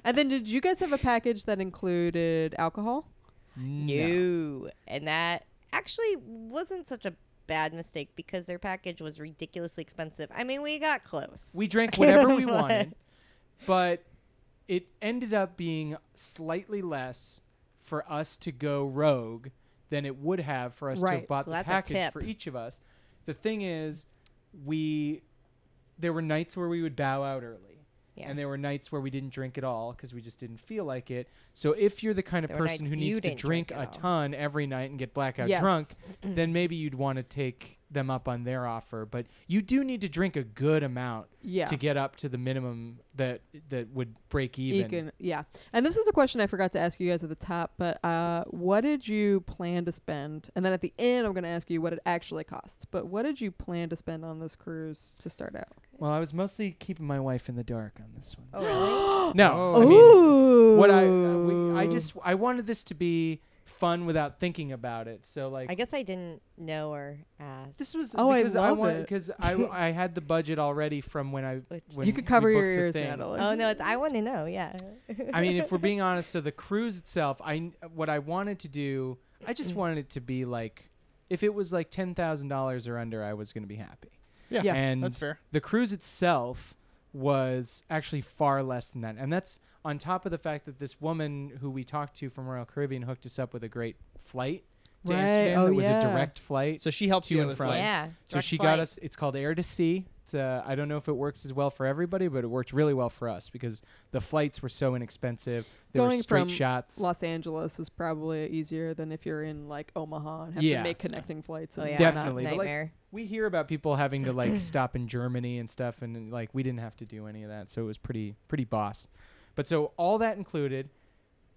S2: and then did you guys have a package that included alcohol?
S4: no.
S3: No. And that actually wasn't such a bad mistake because their package was ridiculously expensive. I mean, we got close. [laughs]
S4: We drank whatever we wanted, but it ended up being slightly less for us to go rogue than it would have for us to
S2: Right.
S4: have bought
S3: So
S4: the
S3: that's a
S4: package
S3: tip.
S4: for each of us. The thing is, we there were nights where we would bow out early.
S3: Yeah.
S4: And there were nights where we didn't drink at all because we just didn't feel like it. So if you're the kind of
S3: There were
S4: person who
S3: nights you
S4: needs to
S3: didn't drink
S4: drink,
S3: at
S4: a
S3: all.
S4: ton every night and get blackout
S2: Yes.
S3: [clears throat]
S4: drunk, then maybe you'd want to take them up on their offer. But you do need to drink a good amount
S2: Yeah.
S4: to get up to the minimum that that would break even.
S2: Econ- yeah. And this is a question I forgot to ask you guys at the top, but uh, what did you plan to spend? And then at the end, I'm going to ask you what it actually costs. But what did you plan to spend on this cruise to start out?
S4: Well, I was mostly keeping my wife in the dark on this one.
S3: [gasps] oh,
S4: No,
S1: Oh.
S4: I mean,
S2: Ooh.
S4: what I uh, we, I just I wanted this to be fun without thinking about it. So like
S3: really? I guess I didn't know or ask.
S4: this was
S2: Oh, I
S4: because
S2: love
S4: wanted
S2: it.
S4: because I I had the budget already from when I
S3: Which-
S4: when
S2: you could cover
S4: we
S2: your
S4: booked the
S2: ears,
S4: thing.
S2: Natalie.
S3: Oh no, it's I want to know. Yeah.
S4: I mean,
S2: [laughs]
S4: if we're being honest, so the cruise itself, I what I wanted to do, I
S2: Mm.
S4: just wanted it to be like, if it was like ten thousand dollars or under, I was going to be happy.
S2: Yeah.
S4: and
S1: that's fair.
S4: the cruise itself was actually far less than that, and that's on top of the fact that this woman who we talked to from Royal Caribbean hooked us up with a great flight to
S2: Right.
S4: Amsterdam.
S2: Oh,
S4: that was
S2: yeah.
S4: a direct flight.
S1: So she helps
S4: To
S1: you
S4: and
S1: with
S4: from.
S1: flights.
S3: Yeah.
S4: So she got us. It's called Air to Sea. It's, uh, I don't know if it works as well for everybody, but it worked really well for us because the flights were so inexpensive. They were
S2: Going
S4: straight
S2: from
S4: shots.
S2: Los Angeles is probably easier than if you're in like Omaha and have to
S4: Yeah.
S2: make connecting flights.
S3: Oh
S2: and
S3: yeah.
S2: whatnot.
S4: Definitely, but, like,
S3: Nightmare.
S4: we hear about people having to like stop in Germany and stuff, and like we didn't have to do any of that, so it was pretty pretty boss. But so all that included,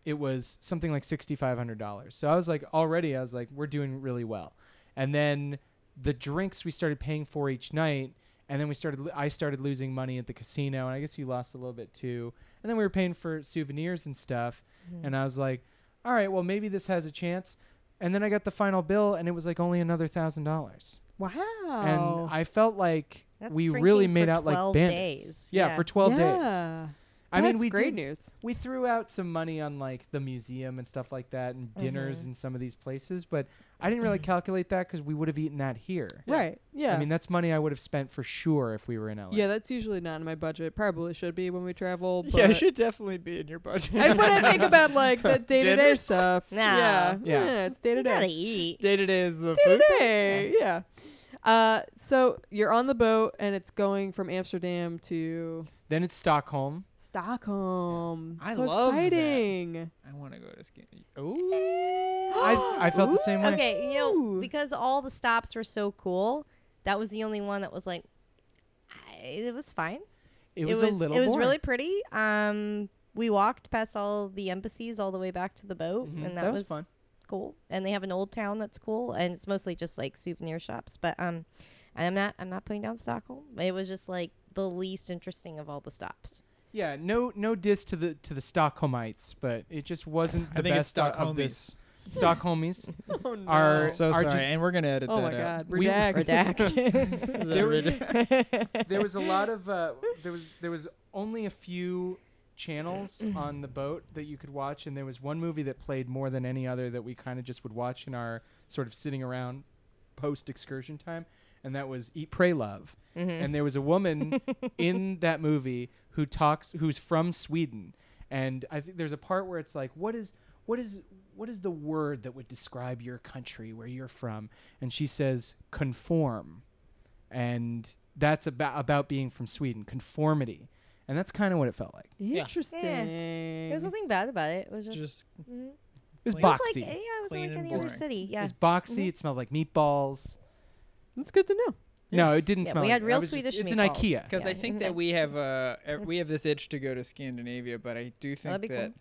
S4: it was something like sixty five hundred dollars. So I was like, already I was like, we're doing really well. And then the drinks we started paying for each night, and then we started lo- I started losing money at the casino, and I guess you lost a little bit too. And then we were paying for souvenirs and stuff, and I was like, all right, well maybe this has a chance. And then I got the final bill, and it was like only another thousand dollars
S2: Wow.
S4: and I felt like
S3: Oh. That's
S4: we
S3: drinking
S4: really
S3: for
S4: made out like
S3: 12
S4: bandits.
S3: days.
S4: Yeah,
S3: Yeah.
S4: for 12 days.
S2: yeah.
S4: I mean,
S2: That's
S4: we
S2: great
S4: did,
S2: news.
S4: we threw out some money on like the museum and stuff like that, and dinners
S3: Mm-hmm.
S4: in some of these places, but I didn't really calculate that because we would have eaten that here.
S2: Right. Yeah.
S4: I mean, that's money I would have spent for sure if we were in LA.
S2: yeah, that's usually not in my budget. Probably should be when we travel.
S1: [laughs]
S2: But
S1: yeah, it should definitely be in your budget.
S2: And
S1: [laughs]
S2: when I think about like the day to day
S1: Dinners?
S2: stuff,
S3: No.
S2: yeah,
S4: Yeah.
S2: it's day to
S3: You gotta
S2: day.
S3: eat.
S1: Day to day is [laughs] the
S2: Day to
S1: food.
S2: day, yeah. Uh, so you're on the boat and it's going from Amsterdam to
S4: Then it's Stockholm.
S2: Stockholm.
S1: I
S2: so
S1: love that.
S2: exciting.
S1: I want to go to skin. Ooh.
S3: [gasps]
S4: I, [laughs] I felt the same way.
S3: Okay, you know,
S2: Ooh.
S3: because all the stops were so cool, that was the only one that was like, I, it was fine.
S4: It, was, a little.
S3: It was
S4: boring.
S3: really pretty. Um, we walked past all the embassies all the way back to the boat,
S4: Mhm.
S3: and that,
S4: was fun.
S3: cool. And they have an old town that's cool, and it's mostly just like souvenir shops. But um, and I'm not I'm not putting down Stockholm. It was just like the least interesting of all the stops.
S4: Yeah, no, no diss to the to the Stockholmites, but it just wasn't the
S1: I uh, think it's
S4: best
S1: Stockholmites.
S4: of this. Stockholmies
S1: [laughs]
S2: Oh no.
S4: are
S1: So
S4: are
S1: sorry,
S4: just-
S1: and we're gonna edit
S2: oh
S1: that [laughs]
S2: my
S1: out.
S2: god.
S4: We- [laughs]
S2: Redact.
S3: Redact.
S4: There was- there was a lot of uh, there was there was only a few channels on the boat that you could watch, and there was one movie that played more than any other that we kind of just would watch in our sort of sitting around post excursion time, and that was Eat, Pray, Love. And there was a woman in that movie who talks, who's from Sweden, and I think there's a part where it's like, what is what is what is the word that would describe your country where you're from? And she says conform and that's about about being from Sweden, conformity, and that's kind of what it felt like.
S1: Yeah.
S2: Interesting.
S3: There's
S2: Mm-hmm.
S3: nothing bad about it. It was
S1: [laughs]
S3: just,
S1: Just
S3: mhm. it
S4: It was
S1: Clean.
S3: was
S4: boxy.
S3: like yeah, it was
S1: Clean
S3: like
S1: and
S3: any other
S1: boring.
S3: city.
S4: It
S3: Yeah, Mm-hmm.
S4: was boxy. It smelled like meatballs.
S2: That's good to know.
S4: No, it didn't
S3: Yeah,
S4: smell.
S3: we
S4: like
S3: had
S4: that. I
S3: real
S4: was just-
S3: Swedish
S4: It's an
S3: meatballs.
S4: IKEA.
S1: because
S3: Yeah.
S1: I think that we have uh e- we have this itch to go to Scandinavia, but I do think
S3: That'd
S1: that
S3: be cool.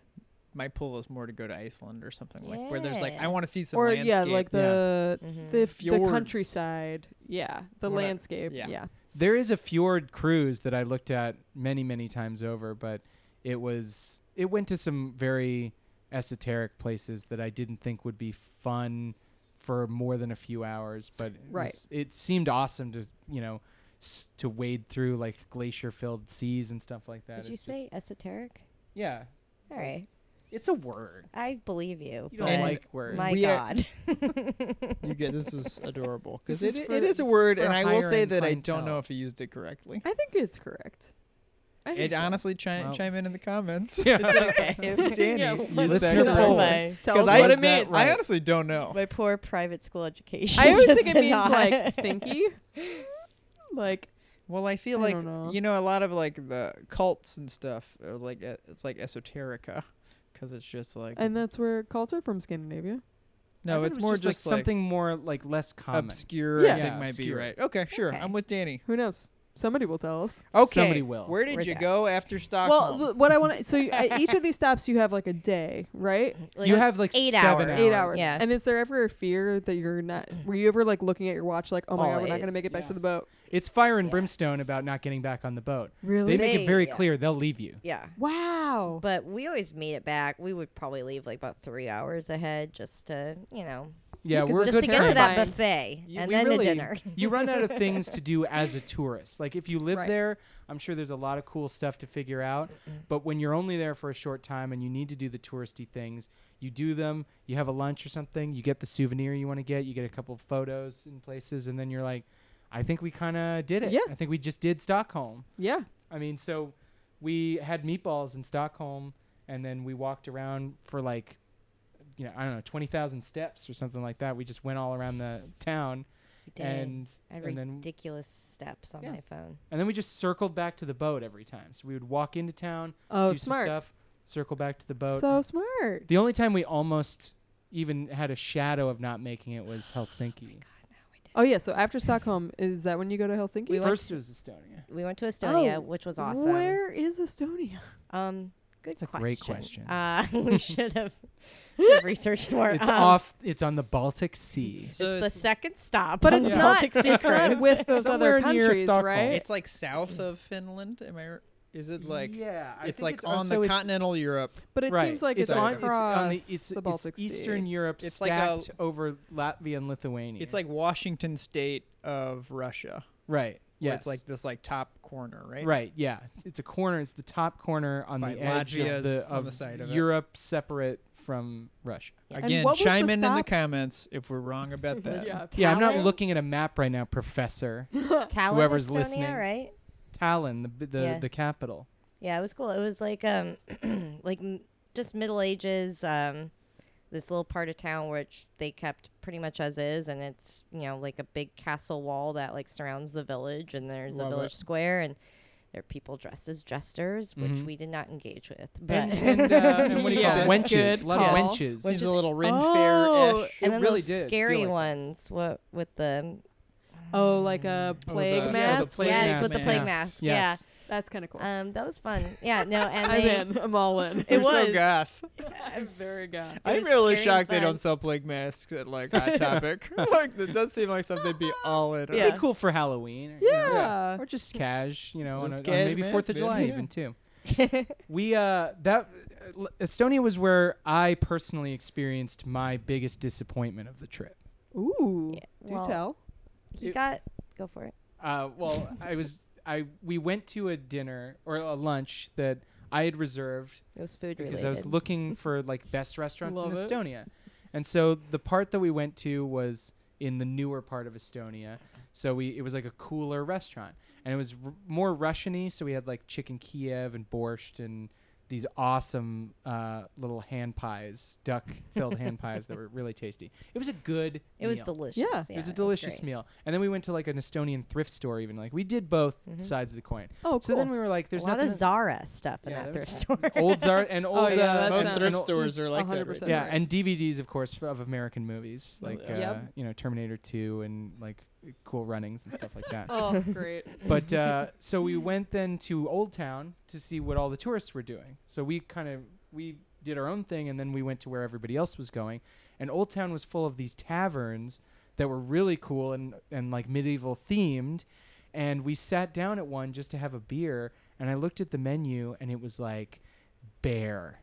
S1: my pull is more to go to Iceland or something like where there's like
S3: Yeah.
S1: I want to see some
S2: or
S1: landscape.
S2: yeah, like the
S3: Mhm.
S2: the, f- the
S1: Fjords.
S2: countryside. Yeah, the
S1: What a-
S2: landscape.
S1: yeah.
S2: yeah.
S4: There is a fjord cruise that I looked at many, many times over, but it was it went to some very esoteric places that I didn't think would be fun for more than a few hours. But it,
S2: Right.
S4: was- it seemed awesome to you know s- to wade through like glacier filled seas and stuff like that.
S3: Did you
S4: It's just-
S3: say esoteric?
S4: yeah?
S3: All right,
S4: It's a [laughs] word.
S3: I believe you.
S4: You don't
S1: And
S3: but
S4: like words.
S3: my
S1: We are-
S3: God.
S1: you get this is [laughs] adorable because
S4: This
S1: it,
S4: is
S1: it
S4: for-
S1: is a
S4: this is
S1: word,
S4: for
S1: and I will say
S4: higher-end
S1: that I don't
S4: clientele.
S1: know if he used it correctly.
S2: I think it's correct. I
S1: And
S2: think so. [laughs]
S1: honestly, chi-
S4: Well.
S1: chime in in the
S4: [laughs]
S1: comments. if Danny
S2: Yeah,
S1: used
S2: let's
S1: that
S3: [laughs]
S4: do that.
S1: correctly.
S3: my,
S2: Tell
S1: 'Cause
S2: us
S1: I-
S2: what
S1: is
S2: it
S4: that
S2: means.
S4: right?
S1: I honestly don't know.
S3: my poor private school education.
S2: I always
S3: just
S2: think it means
S3: not-
S2: like
S3: [laughs]
S2: thinky. Like
S1: Well, I feel
S2: I
S1: like
S2: don't know.
S1: you know a lot of like the cults and stuff. It was like uh, it's like esoterica, because it's just like
S2: and that's where cults are from Scandinavia.
S4: I
S1: no,
S4: thought
S1: it's
S4: it was
S1: more
S4: just,
S1: just,
S4: like
S1: like,
S4: something more like less common.
S1: obscure. I
S2: Yeah.
S1: think
S4: Yeah,
S1: might
S4: obscure.
S1: be right. Okay, sure.
S3: Okay.
S1: I'm with Danny.
S2: Who knows? Somebody will tell us.
S1: Okay,
S4: Somebody will.
S1: Where did
S3: We're
S1: you
S3: back.
S1: go after
S2: Well,
S1: Stockholm?
S2: th- what I want to so you, at each of these stops you have like a day, right?
S3: Like,
S4: you have like
S3: eight
S4: seven
S3: hours.
S2: Eight hours.
S3: Yeah.
S2: And is there ever a fear that you're not? Were you ever like looking at your watch, like, oh my god, we're not gonna
S3: Always.
S2: make it back
S4: Yeah.
S2: to the boat?
S4: It's fire and
S3: Yeah.
S4: brimstone about not getting back on the boat.
S2: Really?
S4: They make it
S3: They-
S4: very
S3: yeah.
S4: clear they'll leave you.
S3: yeah.
S2: wow.
S3: But we always made it back. We would probably leave like about three hours ahead just to, you know,
S4: Yeah,
S2: Because
S4: we're
S2: it's
S3: just
S4: good
S3: to
S2: a
S3: get to that
S2: terrifying.
S3: buffet
S4: You-
S3: and
S4: [laughs] we
S3: then
S4: really-
S3: to dinner.
S4: [laughs]
S3: [laughs]
S4: you run out of things to do as a tourist. Like if you live
S2: Right.
S4: there, I'm sure there's a lot of cool stuff to figure out. But when you're only there for a short time and you need to do the touristy things, you do them. You have a lunch or something. You get the souvenir you want to get. You get a couple of photos in places, and then you're like, I think we kind of did it.
S2: Yeah.
S4: I think we just did Stockholm.
S2: Yeah.
S4: I mean, so we had meatballs in Stockholm, and then we walked around for like, you know, I don't know, twenty thousand steps or something like that. We just went all around the town, and
S3: I had
S4: and then
S3: ridiculous steps on
S4: Yeah.
S3: my phone.
S4: and then we just circled back to the boat every time. So we would walk into town,
S2: Oh,
S4: do some
S2: smart.
S4: stuff, circle back to the boat.
S2: So smart.
S4: the only time we almost even had a shadow of not making it was Helsinki.
S2: Oh yeah, so after Stockholm, is that when you go to Helsinki?
S3: We went
S4: First was Estonia.
S3: We went to Estonia,
S2: Oh,
S3: which was awesome.
S2: Where is Estonia?
S3: Um, good
S4: That's a great question.
S3: Uh, [laughs] we should
S4: [laughs]
S3: have should have researched more.
S4: It's
S3: Um,
S4: off. It's on the Baltic Sea.
S1: so
S3: It's the second stop,
S2: But
S3: on
S2: it's
S3: the
S2: not.
S3: Baltic Sea
S2: It's not
S3: cruise.
S2: with those
S4: Somewhere
S2: other
S4: near
S2: countries,
S4: Stockholm.
S2: right?
S1: it's like south of Finland. Am I? r- Is it like?
S4: yeah, I
S1: It's
S4: think
S1: like on
S4: also
S1: the
S4: it's-
S1: continental Europe.
S2: But it
S4: Right.
S2: seems like it's,
S1: It's on- it's
S2: across
S4: on
S2: the, Baltic
S4: it's Eastern
S2: Sea.
S4: Europe
S1: It's like a-
S4: stacked over Latvia and Lithuania.
S1: It's like Washington State of Russia.
S4: right.
S1: where It's
S4: Yes.
S1: like this like top corner, right?
S4: Right. Yeah. It's- It's a corner. It's the top corner on
S1: By
S4: the edge
S1: Latvia's
S4: of the
S1: on
S4: of
S1: the side of it.
S4: Europe, separate from Russia.
S3: And
S1: Again,
S2: what was the
S1: chime in in the
S2: stop? Mm-hmm.
S1: comments if we're wrong about that.
S2: [laughs] Yeah.
S4: Yeah, I'm not
S3: Tallinn?
S4: looking at a map right
S2: [laughs]
S4: now, Professor
S3: Tallinn,
S4: Whoever's
S3: Estonia,
S4: listening.
S3: right?
S4: Tallinn, the b- the,
S3: Yeah.
S2: [laughs]
S4: the capital.
S3: Yeah, it was cool. It was like um, [clears throat] like m- just Middle Ages. Um, this little part of town which they kept pretty much as is, and it's you know like a big castle wall that like surrounds the village, and there's
S1: Love
S3: a
S1: it.
S3: village square, and there are people dressed as jesters, which
S4: Mhm.
S3: we did not engage with. But
S1: [laughs]
S4: And, and, uh, and what do you
S1: Yeah.
S4: call it? wenches?
S2: Good
S4: A lot of
S2: call.
S4: wenches.
S1: Seems a little Ren
S2: Oh,
S1: Fair-ish.
S3: [laughs] and
S4: it
S3: then
S4: really
S3: those
S4: did feel
S3: scary
S4: like that.
S3: ones, what with the
S2: Oh, like a plague
S1: the-
S2: mask.
S1: yeah, the plague
S3: yes, with the
S1: mask.
S3: plague mask,
S4: Masks, yes.
S2: That's kind of cool.
S3: yeah. Um, that was fun. Yeah, no,
S2: [laughs]
S3: and
S2: I'm
S3: [laughs] they,
S2: in. I'm all in.
S3: It
S1: We're
S3: was.
S1: so goth.
S2: I'm very good.
S1: I'm
S3: was
S1: really
S3: scary
S1: shocked they
S3: fun.
S1: don't sell plague masks at like Hot Topic. [laughs] like that does seem like something they'd be all in.
S4: It'd
S1: on.
S4: be cool for Halloween. Or, you know,
S2: Yeah.
S4: or just cash, you know, on,
S1: Just
S4: a- on
S1: cash,
S4: maybe
S1: man,
S4: Fourth of
S1: it's been-
S4: July
S1: yeah.
S4: even too. [laughs] we uh that l- Estonia was where I personally experienced my biggest disappointment of the trip.
S2: Ooh.
S3: Yeah,
S2: Do
S3: well,
S2: tell.
S3: He
S4: It-
S3: got go for it.
S4: Uh, well, I was I we went to a dinner or a lunch that I had reserved
S3: It was food
S4: because
S3: related.
S4: I was looking for like best restaurants in
S2: Love it.
S4: Estonia. And so the part that we went to was in the newer part of Estonia. So we it was like a cooler restaurant and it was r- more Russian-y, so we had like chicken Kiev and borscht and these awesome uh, little hand pies, duck-filled hand pies that were really tasty. It was a good
S3: It was
S4: meal.
S3: delicious.
S2: Yeah.
S4: It was a delicious
S3: great.
S4: meal. And then we went to like an Estonian thrift store even like we did both
S3: Mhm.
S4: sides of the coin.
S2: Oh, cool.
S4: So then we were like there's
S3: a lot
S4: nothing
S3: of Zara stuff in
S4: Yeah,
S3: that
S4: there
S3: thrift
S4: was
S3: store.
S4: old Zara and old
S2: yeah,
S4: uh,
S2: that's
S4: and-
S1: Most
S2: not-
S4: and
S1: thrift
S4: old-
S1: stores are like that.
S2: 100%.
S1: Right?
S4: yeah,
S2: Right.
S4: and DVDs, of course, f- of American movies like uh,
S2: Yep.
S4: you know Terminator Two and like Cool Runnings and stuff like
S2: [laughs]
S4: that.
S2: oh, great.
S4: But uh, so we went then to Old Town to see what all the tourists were doing. So we kind of we did our own thing, and then we went to where everybody else was going. And Old Town was full of these taverns that were really cool and and like medieval themed. And we sat down at one just to have a beer, and I looked at the menu, and it was like bear,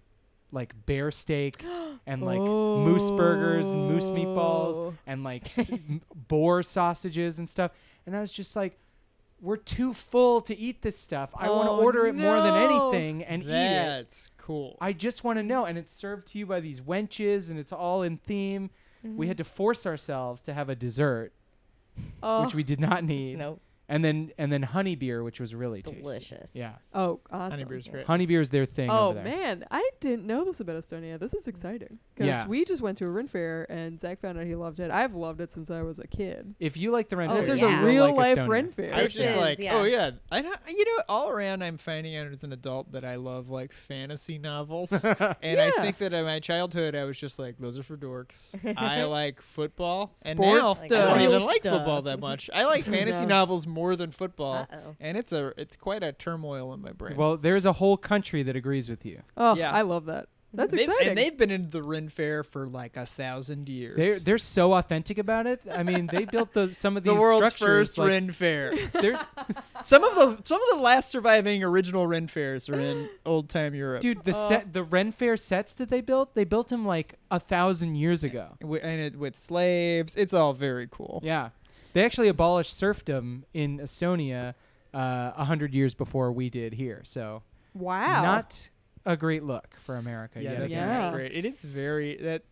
S4: like bear steak, and like moose burgers and moose meatballs
S2: Oh. [laughs]
S4: and like m- boar sausages and stuff. And I was just like, we're too full to eat this stuff. I want to
S2: Oh,
S4: order it more than
S2: no.
S4: anything and eat it.
S1: That's cool.
S4: I just want to know. And it's served to you by these wenches and it's all in theme.
S2: [laughs]
S4: We
S3: [laughs]
S4: had to force ourselves to have a dessert,
S2: Oh.
S4: which we did not need.
S3: No,
S4: And then and then honey beer, which was really tasty.
S3: delicious.
S4: Yeah.
S2: oh, awesome.
S1: Honey beer's great.
S4: Honey beer is their thing.
S2: Oh
S4: over there.
S2: man, I didn't know this about Estonia. This is exciting because
S4: Yeah.
S2: we just went to a Ren fair and Zach found out he loved it. I've loved it since I was a kid.
S4: If you like the Ren
S2: Oh,
S4: Fair,
S2: there's
S4: you
S3: yeah.
S2: a
S4: will
S2: real life
S4: like Estonia.
S2: Ren fair.
S1: I was just
S3: Versus,
S1: like,
S3: yeah.
S1: oh yeah, I don't, you know, all around I'm finding out as an adult that I love like fantasy
S2: [laughs]
S1: novels, and I
S2: Yeah.
S1: think that in my childhood I was just like, those are for dorks.
S2: [laughs]
S1: I like football, and
S2: Sports
S1: now
S2: Like,
S1: I
S2: stuff.
S1: don't even
S3: real
S1: like football
S3: stuff.
S1: that much. I
S2: [laughs]
S1: like fantasy
S2: No.
S1: novels more than football,
S3: Uh oh.
S1: and it's a it's quite a turmoil in my brain.
S4: Well, there's a whole country that agrees with you.
S2: Oh,
S1: Yeah.
S2: I love that. That's
S1: They've-
S2: exciting.
S1: and they've been in the Ren Fair for like a thousand years.
S4: They're they're so authentic about it. I mean, they built those some
S1: [laughs]
S4: of
S1: the
S4: these
S1: world's
S4: structures,
S1: first
S4: like,
S1: Ren Fair.
S4: [laughs] There's
S1: Some of the some of the last surviving original Ren Fairs are
S2: [gasps]
S1: in old time Europe.
S4: dude the
S2: Uh,
S4: set the Ren Fair sets that they built. They built them like a thousand years ago.
S1: Wi- and it, with slaves. It's all very cool.
S4: Yeah, they actually abolished serfdom in Estonia uh, a hundred years before we did here. So
S2: wow.
S4: not a great look for America.
S1: Yeah,
S4: yet
S1: that's
S4: again.
S1: not
S2: Yeah.
S1: great. It is very that,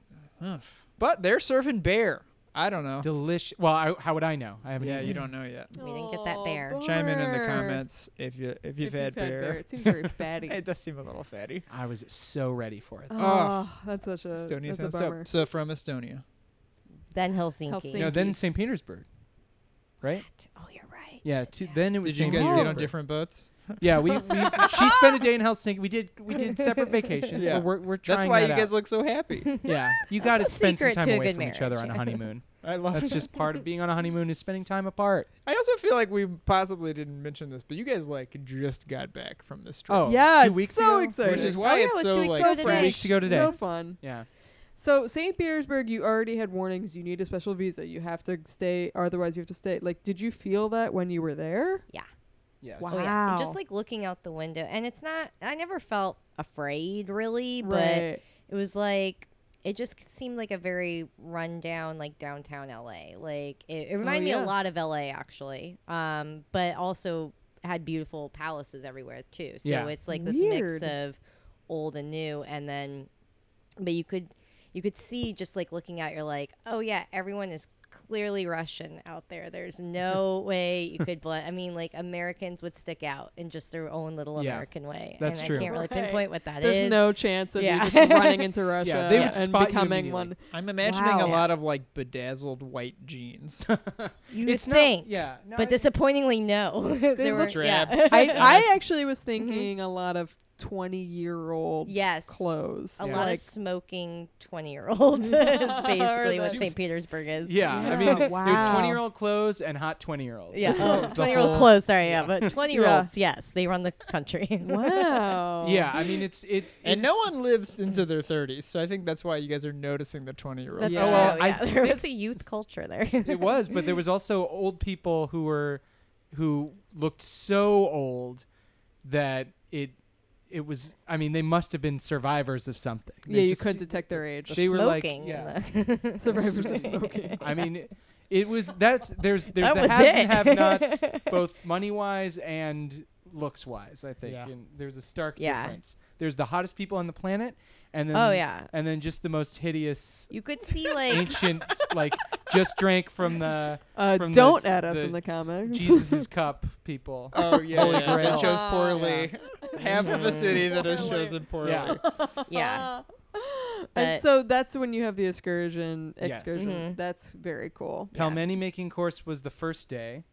S1: Ugh. but they're surfing bear. I don't know.
S4: delicious. Well, I, how would I know? I haven't.
S1: Yeah,
S4: eaten
S1: you
S4: it.
S1: don't know yet.
S3: We didn't get that
S2: Oh,
S3: bear.
S1: Chime in in the
S2: bummer.
S1: comments if you if
S2: If
S1: you've had, bear.
S2: It
S1: [laughs]
S2: seems very fatty.
S1: It does seem a little fatty.
S4: I was so ready for it.
S2: oh, that's such a
S1: Estonia's
S2: that's
S1: messed
S2: a bummer.
S1: up. So from Estonia.
S3: Then Helsinki.
S4: You
S2: Helsinki.
S4: know, then St. Petersburg, right?
S3: Oh, you're right.
S4: Yeah. To, then it was
S1: Did you
S4: St.
S1: guys
S4: Petersburg.
S1: get on different boats?
S4: Yeah, we, we she spent a day in Helsinki. We did we did separate vacations.
S1: Yeah.
S4: Yeah. We're, we're trying
S1: That's why
S4: that
S1: you guys
S4: out.
S1: look so happy. [laughs]
S4: Yeah, you got to
S3: the
S4: spend some
S3: secret
S4: time
S3: to a
S4: away
S3: good
S4: from each other on
S3: marriage. [laughs]
S4: a honeymoon.
S1: I love
S4: That's
S1: it.
S4: just part of being on a honeymoon is spending time apart.
S1: I also feel like we possibly didn't mention this, but you guys like just got back from this trip.
S4: Oh,
S2: yeah,
S4: two
S2: it's
S4: weeks
S2: so
S4: ago?
S2: exciting.
S1: Which is
S3: Oh,
S1: why
S3: yeah,
S1: it's
S3: it was
S1: so,
S3: two weeks
S1: like
S3: ago
S1: fresh.
S3: today. Two
S4: weeks ago today.
S2: So fun.
S4: Yeah,
S2: So St. Petersburg, you already had warnings. You need a special visa. You have to stay, or otherwise you have to stay. Like, did you feel that when you were there?
S4: yes.
S2: Wow.
S3: Oh, yeah.
S2: Wow.
S3: Just like looking out the window. And it's not, I never felt afraid really, but
S2: Right.
S3: it was like, it just seemed like a very rundown like downtown LA. Like it, it
S4: Oh,
S3: reminded me
S2: yeah.
S3: a lot of LA actually. Um, but also had beautiful palaces everywhere too. So
S4: Yeah.
S3: it's like this
S2: Weird.
S3: mix of old and new and then but you could you could see just like looking out you're like, "Oh yeah, everyone is clearly Russian out there.
S4: [laughs]
S3: There's no way you could blend. I mean, like Americans would stick out in just their own little
S4: Yeah.
S3: American way.
S4: That's
S3: and
S4: true.
S3: I can't really
S2: Right.
S3: pinpoint what that is.
S2: There's no chance of
S3: Yeah.
S2: you just running
S3: [laughs]
S2: into Russia
S4: they would
S2: and
S4: spot you
S2: becoming
S4: immediately.
S2: one.
S1: I'm imagining
S3: Wow.
S1: a
S3: Yeah.
S1: lot of like bedazzled white jeans.
S3: You
S4: It's not-
S3: think.
S4: yeah, no,
S3: but
S4: I-
S3: disappointingly, no. [laughs]
S1: They
S3: there
S1: look drab.
S3: [laughs] uh,
S4: [laughs]
S2: I, I actually was thinking a lot of 20 year old
S3: Mm-hmm. yes.
S2: clothes.
S3: A
S1: Yeah.
S3: lot
S2: like,
S3: of smoking 20 year
S2: [laughs]
S3: olds [laughs] is basically what
S2: that's-
S3: St. Petersburg is.
S4: Yeah, I
S2: Yeah,
S4: mean, it was
S2: wow.
S4: 20 year old clothes and hot 20 year
S3: [laughs]
S4: olds.
S3: Yeah.
S4: The
S3: Oh, 20 year old
S4: whole-
S3: clothes. Sorry. Yeah.
S4: [laughs]
S3: But 20 year olds, yes. They run the country.
S2: [laughs]
S3: [laughs]
S2: wow.
S4: [laughs] Yeah, I mean, it's. it's
S1: and
S4: it's-
S1: no one lives into their 30s, so I think that's why you guys are noticing the 20 year olds.
S2: That's
S4: Yeah.
S3: So,
S4: Oh, well, I
S3: yeah, there was a youth culture there.
S4: It was, but there was also old people who were. who looked so old that it. It was. I mean, they must have been survivors of something. They
S2: Yeah, you
S4: just-
S2: couldn't detect their age.
S4: They were like,
S3: [laughs] smoking.
S4: yeah.
S2: Survivors of
S3: [laughs]
S2: smoking.
S4: I mean, it, it was that's there's there's
S3: That
S4: the
S3: was
S4: haves
S3: it.
S4: and
S3: [laughs]
S4: have nots, both money wise and looks wise. I think
S1: Yeah.
S4: and there's a stark
S3: Yeah.
S4: difference. There's the hottest people on the planet, and then
S3: Oh, yeah.
S4: and then just the most
S3: [laughs]
S4: hideous
S3: You could see like
S4: ancient like just drank
S3: [laughs]
S4: from the
S2: Uh,
S4: from the-
S2: don't at us
S4: the
S2: in the comments.
S4: Jesus's cup people.
S1: Oh yeah,
S4: Holy
S1: yeah.
S4: Grail.
S1: that chose poorly. [laughs] Half of the city that has
S2: Oh, Poorly.
S1: chosen poorly.
S4: Yeah.
S3: yeah.
S2: [laughs] [laughs] and
S3: But-
S2: so that's when you have the excursion.
S4: Yes.
S2: Excursion.
S3: Mhm.
S2: That's very cool.
S3: Yeah.
S4: Palmeni making course was the first day,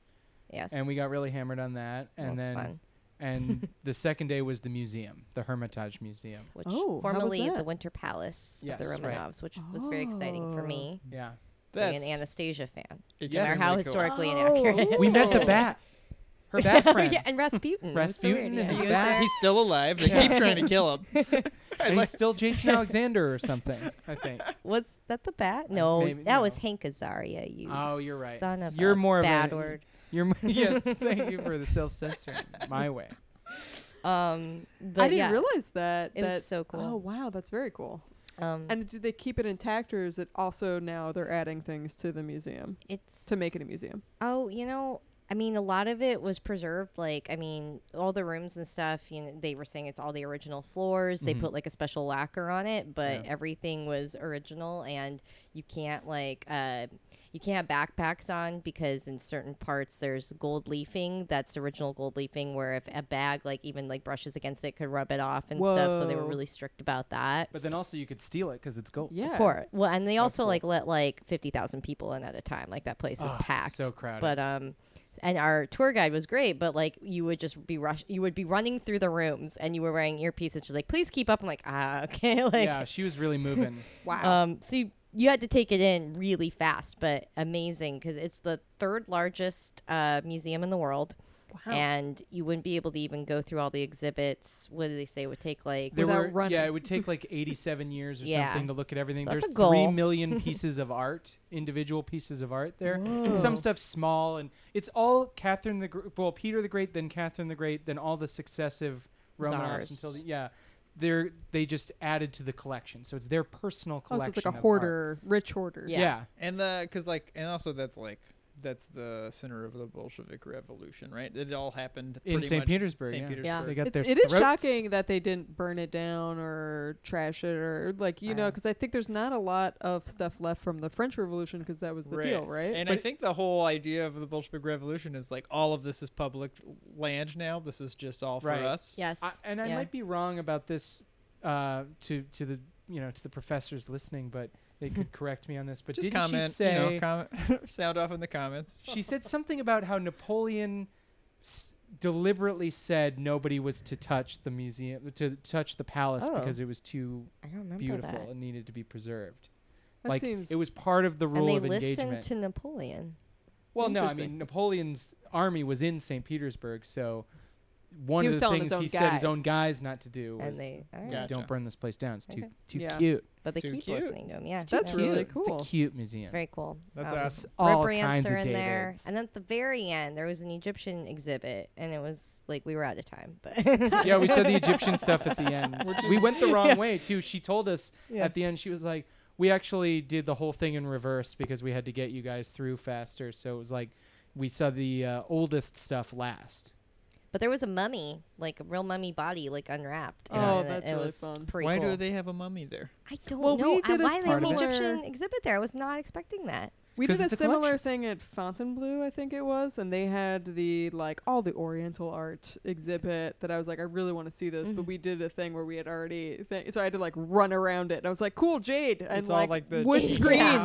S3: Yes.
S4: and we got really hammered on that,
S3: That
S4: and
S3: was
S4: then
S3: fun. [laughs]
S4: and the second day was the museum, the Hermitage Museum.
S3: which
S2: Oh, how was
S3: formerly the
S2: that?
S3: Winter Palace of the
S4: Yes, right.
S3: Romanovs, which was very exciting for
S2: Oh.
S3: me,
S4: Yeah,
S1: That's
S3: being an Anastasia fan, no
S1: extremely
S3: matter how
S1: cool.
S3: historically
S2: Oh.
S3: inaccurate.
S4: we met the bat,
S3: [laughs]
S4: her bat
S3: Oh,
S4: friend.
S3: yeah, and Rasputin. It was so
S4: Rasputin
S3: weird,
S4: and
S3: yeah.
S4: his
S3: He was
S4: bat.
S3: there.
S1: He's still alive. They keep trying
S2: [laughs]
S1: to kill him. I
S4: and
S1: like-
S4: he's
S3: [laughs]
S4: still Jason Alexander or something. I think
S3: Was that the bat? No,
S4: Uh, maybe-
S3: that
S4: no.
S3: was Hank Azaria. You.
S4: Oh, you're right.
S3: Son of
S4: You're
S3: a
S4: more of a-
S3: bad word.
S4: you're.
S3: [laughs]
S4: m- Yes, thank you for the self censoring. My way.
S3: Um, but
S2: I didn't
S3: yeah,
S2: realize that.
S3: It was
S2: that-
S3: so cool.
S2: Oh wow, that's very cool.
S4: Oh,
S3: Um,
S2: And do they keep it intact, or is it also now they're adding things to the museum
S3: it's
S2: to make it a museum?
S3: Oh, you know, I mean, a lot of it was preserved. Like, I mean, all the rooms and stuff. You know, they were saying it's all the original floors. They
S4: Mhm.
S3: put like a special lacquer on it, but
S4: Yeah.
S3: everything was original, and you can't like. Uh, you can't have backpacks on because in certain parts there's gold leafing that's original gold leafing where if a bag like even like brushes against it could rub it off and stuff so they were
S2: Whoa.
S3: really strict about that
S4: But then also you could steal it because it's gold.
S2: Yeah.
S3: Of course. Well, and they also
S4: cool.
S3: like let like fifty thousand people in at a time. Like that place is
S4: Ah,
S3: packed,
S4: so crowded.
S3: But um, and our tour guide was great. But like you would just be rush, you would be running through the rooms, and you were wearing earpieces. She's like, "Please keep up." I'm like, "Ah, [laughs] okay." Like,
S4: yeah, she was really moving.
S2: Wow.
S3: um, so you, you had to take it in really fast, but amazing because it's the third largest uh, museum in the world.
S2: Wow.
S3: And you wouldn't be able to even go through all the exhibits. What do they say? It would take like
S4: There
S2: Without
S4: were,
S2: running.
S4: Yeah, it would take like
S2: [laughs]
S4: 87 years or
S3: Yeah.
S4: something to look at everything.
S3: So
S4: There's
S3: that's a
S4: three
S3: goal.
S4: million pieces of art, individual pieces of art there.
S2: Whoa.
S4: Some stuff small, and it's all Catherine the Gr- well, Peter the Great, then Catherine the Great, then all the successive Romanovs
S3: Tsars.
S4: until the, yeah, they're they just added to the collection, so it's their personal
S2: oh, so
S4: collection.
S2: it's like a
S4: of art.
S2: hoarder, rich hoarder.
S3: Yeah.
S4: yeah,
S1: And the because like and also that's like that's the center of the Bolshevik Revolution, right? It all happened
S4: In
S1: pretty
S4: St.
S1: much-
S4: Petersburg,
S1: St.
S4: yeah.
S1: Petersburg.
S4: They got
S2: It's,
S4: their
S2: it is
S4: throats-
S2: shocking that they didn't burn it down or trash it or like you know, 'cause know
S3: Right.
S2: because I think there's not a lot of stuff left from the French Revolution because that was the deal, right?
S1: And I
S2: But-
S1: think the whole idea of the Bolshevik Revolution is like all of this is public land now. This is just all
S4: Right.
S1: for us.
S3: yes,
S4: I, and I
S3: Yeah.
S4: might be wrong about this uh, to to the you know to the professors listening, but
S2: [laughs]
S4: they could correct me on this. But
S1: Just
S4: did
S1: comment,
S4: she say
S1: you know, comment, [laughs] sound off in the comments.
S4: she said something about how Napoleon s- deliberately said nobody was to touch the museum to touch the palace
S3: Oh.
S4: because it was too
S3: I don't remember
S4: beautiful
S3: that.
S4: and needed to be preserved.
S2: That
S4: like
S2: seems
S4: it was part of the
S3: And
S4: rule
S3: they
S4: of
S3: listened
S4: engagement.
S3: to Napoleon.
S4: well, no, I
S2: Interesting.
S4: mean Napoleon's army was in St. Petersburg, so one
S2: He
S4: of
S2: was
S4: the
S2: telling
S4: things
S2: his own
S4: he said his own
S2: guys.
S4: guys not to do was
S3: and they all right.
S1: Yeah. Gotcha.
S4: don't burn this place down. It's too
S3: Okay.
S4: too
S2: Yeah.
S4: cute.
S3: but they
S1: Too
S3: keep
S1: cute.
S3: listening to them. Yeah,
S2: It's too That's
S3: yeah.
S2: cute. really
S4: It's
S2: cool.
S4: a cute museum.
S3: It's very cool.
S1: That's
S3: Um,
S1: awesome.
S4: All
S3: Rembrandt
S4: kinds of
S3: are in there,
S4: Davids.
S3: and then at the very end there was an Egyptian exhibit, and it was like we were out of time,
S2: [laughs]
S3: but [laughs]
S4: yeah, we said the Egyptian stuff at the end. we went the wrong way too. She told us
S2: Yeah.
S4: at the end. She was like, we actually did the whole thing in reverse because we had to get you guys through faster. So it was like we saw the uh, oldest
S2: [laughs]
S4: stuff last.
S3: But there was a mummy, like a real mummy body, like unwrapped. and
S2: Oh,
S3: it-
S2: that's
S3: it
S2: really
S3: was
S2: fun.
S1: [laughs]
S3: Pretty
S1: Why
S3: cool.
S1: do they have a mummy there?
S3: I don't
S2: Well,
S3: know
S2: we did
S3: uh,
S2: a
S3: why they have an
S4: similar-
S3: Egyptian exhibit there. I was not expecting that.
S2: We
S4: 'cause
S2: did a
S4: it's a
S2: similar
S4: collection.
S2: thing at Fontainebleau, I think it was, and they had the like all the Oriental art exhibit that I was like, I really want to see this, but we did a thing where we had already, th- so I had to like run around it, and I was like, cool, jade, and
S1: It's all
S2: like,
S1: like the-
S2: wood
S1: Yeah.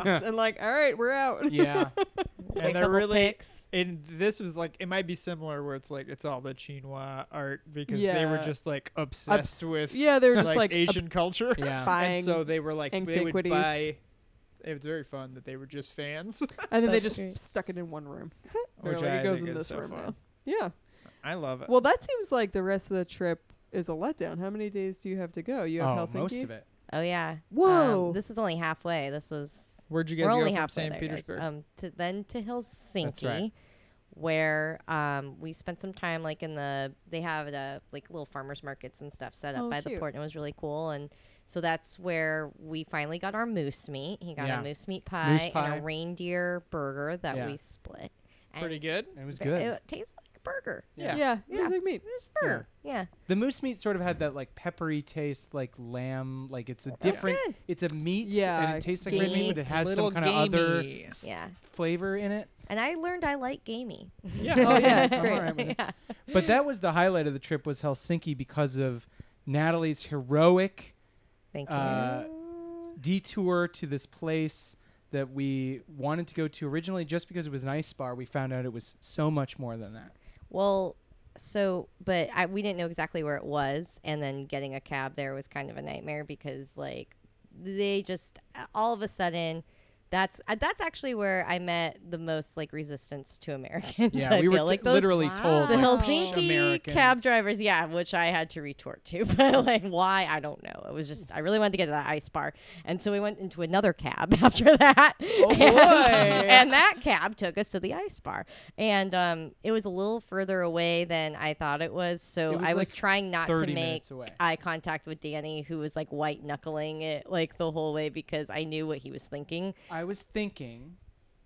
S2: screens, and like, all right, we're out.
S4: Yeah.
S3: A
S1: And they're
S3: couple
S1: really
S3: pics.
S1: and this was like it might be similar where it's like it's all the Chinois art because they were
S2: Yeah.
S1: just like
S2: Obs-
S1: obsessed with
S2: yeah, they were just
S1: like,
S2: like,
S1: Asian culture.
S4: Yeah.
S1: And
S2: buying,
S1: so they were like they would
S2: antiquities.
S1: buy it was very fun that they were just fans. [laughs]
S2: and then they
S3: That's
S2: just
S3: great.
S2: stuck it in one room. They're
S1: Which
S2: like,
S1: I
S2: it goes
S1: think
S2: in
S1: is
S2: this
S1: so
S2: room now.
S1: fun.
S2: Yeah.
S1: I love it.
S2: Well, that seems like the rest of the trip is a letdown. How many days do you have to go? You have
S4: oh,
S2: Helsinki.
S4: most of it.
S3: Oh yeah. Um,
S2: Whoa.
S3: this is only halfway. This was
S1: Where'd you
S3: we're
S1: guys
S3: only
S1: go from
S3: halfway
S1: St.
S3: there, guys.
S1: Petersburg?
S3: Um, to then to Helsinki,
S4: right.
S3: where um we spent some time like in the they have uh like little farmers markets and stuff set up
S2: Oh,
S3: by the
S2: cute.
S3: port, and it was really cool. And so that's where we finally got our moose meat. He got
S4: Yeah.
S3: a moose meat pie,
S4: pie.
S3: and a reindeer burger that
S4: Yeah.
S3: we split. And
S1: Pretty good.
S4: It was
S3: it-
S4: good.
S3: It tastes like a burger.
S1: Yeah.
S2: Yeah. Yeah. It
S3: Yeah.
S2: was like meat.
S3: It's a burger. yeah.
S4: The moose meat sort of had that like peppery taste, like lamb. Like it's a different.
S3: good.
S4: It's a meat,
S2: Yeah,
S4: and it tastes like red meat, but it
S3: gamey.
S4: has
S1: Little
S4: some kind of other
S1: gamey.
S4: s-
S3: Yeah.
S4: flavor in it.
S3: And I learned I like gamey. [laughs]
S1: Yeah.
S2: Oh
S4: [laughs]
S2: yeah, it's
S4: I'm
S2: great.
S4: all right with it. But that was the highlight of the trip was Helsinki because of Natalie's heroic
S3: Thank you.
S4: Uh, detour to this place that we wanted to go to originally just because it was an ice bar. We found out it was so much more than that.
S3: Well, so but I, we didn't know exactly where it was, and then getting a cab there was kind of a nightmare because like they just all of a sudden. That's uh, that's actually where I met the most like resistance to Americans.
S4: Yeah,
S3: [laughs] I
S4: we were
S3: feel.
S4: t-
S3: like those
S4: literally told
S3: the
S4: like,
S2: Wow.
S4: "Psh,
S3: Helsinki
S4: Americans.
S3: cab drivers, yeah, which I had to retort to, [laughs] but like why I don't know. It was just I really wanted to get to that ice bar, and so we went into another cab [laughs] after that. Oh [laughs] and,
S2: boy.
S3: and that cab took us to the ice bar, and um, it was a little further away than I thought it was. So
S4: It was
S3: I was
S4: like
S3: trying not to
S4: 30
S3: make
S4: minutes away.
S3: eye contact with Danny, who was like white knuckling it like the whole way because I knew what he was thinking.
S4: I was thinking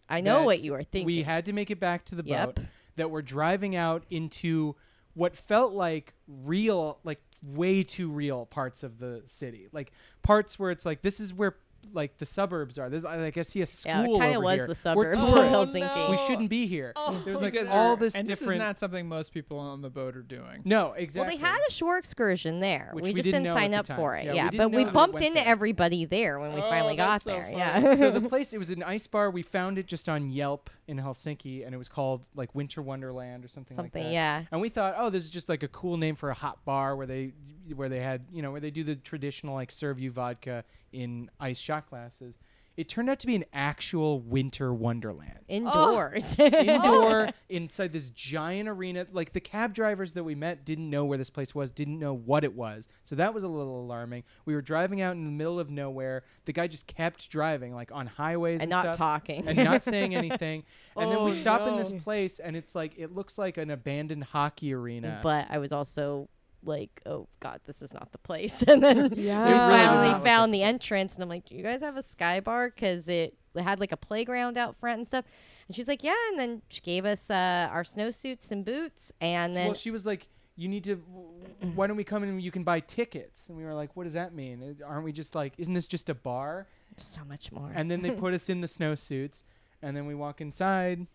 S3: I know what
S4: that
S3: you were thinking.
S4: We had to make it back to the
S3: Yep.
S4: boat that we're driving out into what felt like real, like way too real parts of the city, like parts where it's like this is where like the suburbs are. This I like I see a
S3: yeah,
S4: school
S3: it kind
S4: over
S3: of was
S4: here.
S3: the
S4: We're
S3: suburbs [laughs] of
S4: tourists.
S3: Helsinki.
S2: no.
S4: We shouldn't be here.
S2: Oh,
S4: There's
S1: You
S4: like
S1: guys
S4: all
S1: are-
S4: this
S1: and
S4: different.
S1: this is not something most people on the boat are doing.
S4: no, exactly.
S3: Well, they had a shore excursion there.
S4: Which
S3: we,
S4: we
S3: just
S4: didn't
S3: didn't
S4: know
S3: sign
S4: at
S3: up
S4: the time.
S3: for it.
S4: Yeah,
S3: Yeah,
S4: we didn't
S3: but
S4: know
S3: we
S4: that it
S3: bumped
S4: went
S3: into
S4: there.
S3: everybody there when we
S1: Oh,
S3: finally got
S1: that's so
S3: there.
S1: funny.
S3: yeah. [laughs]
S4: so the place it was an ice bar. We found it just on Yelp in Helsinki, and it was called like Winter Wonderland or something,
S3: Something,
S4: like that.
S3: yeah.
S4: And we thought, oh, this is just like a cool name for a hot bar where they where they had you know where they do the traditional like serve you vodka in ice shot glasses. It turned out to be an actual Winter Wonderland. [laughs]
S3: Indoors.
S4: Indoor, inside this giant arena. Like the cab drivers that we met didn't know where this place was, didn't know what it was. So that was a little alarming. We were driving out in the middle of nowhere. The guy just kept driving, like on highways and,
S3: and not
S4: stuff
S3: talking. [laughs]
S4: and not saying anything. And then
S2: Oh,
S4: we stop in this
S2: no.
S4: place, and it's like it looks like an abandoned hockey arena.
S3: but I was also like, oh God, this is not the place. [laughs] And then
S2: Yeah.
S3: we
S2: It really did
S3: finally
S2: not look
S3: found the entrance, and I'm like, do you guys have a sky bar? Because it had like a playground out front and stuff. And she's like, yeah. And then she gave us uh, our snowsuits and boots, and then
S4: well, she was like, "You need to. w- Why don't we come in and you can buy tickets?" And we were like, "What does that mean? Uh, Aren't we just like? Isn't this just a bar?"
S3: so much more. [laughs]
S4: And then they put us in the snowsuits, and then we walk inside,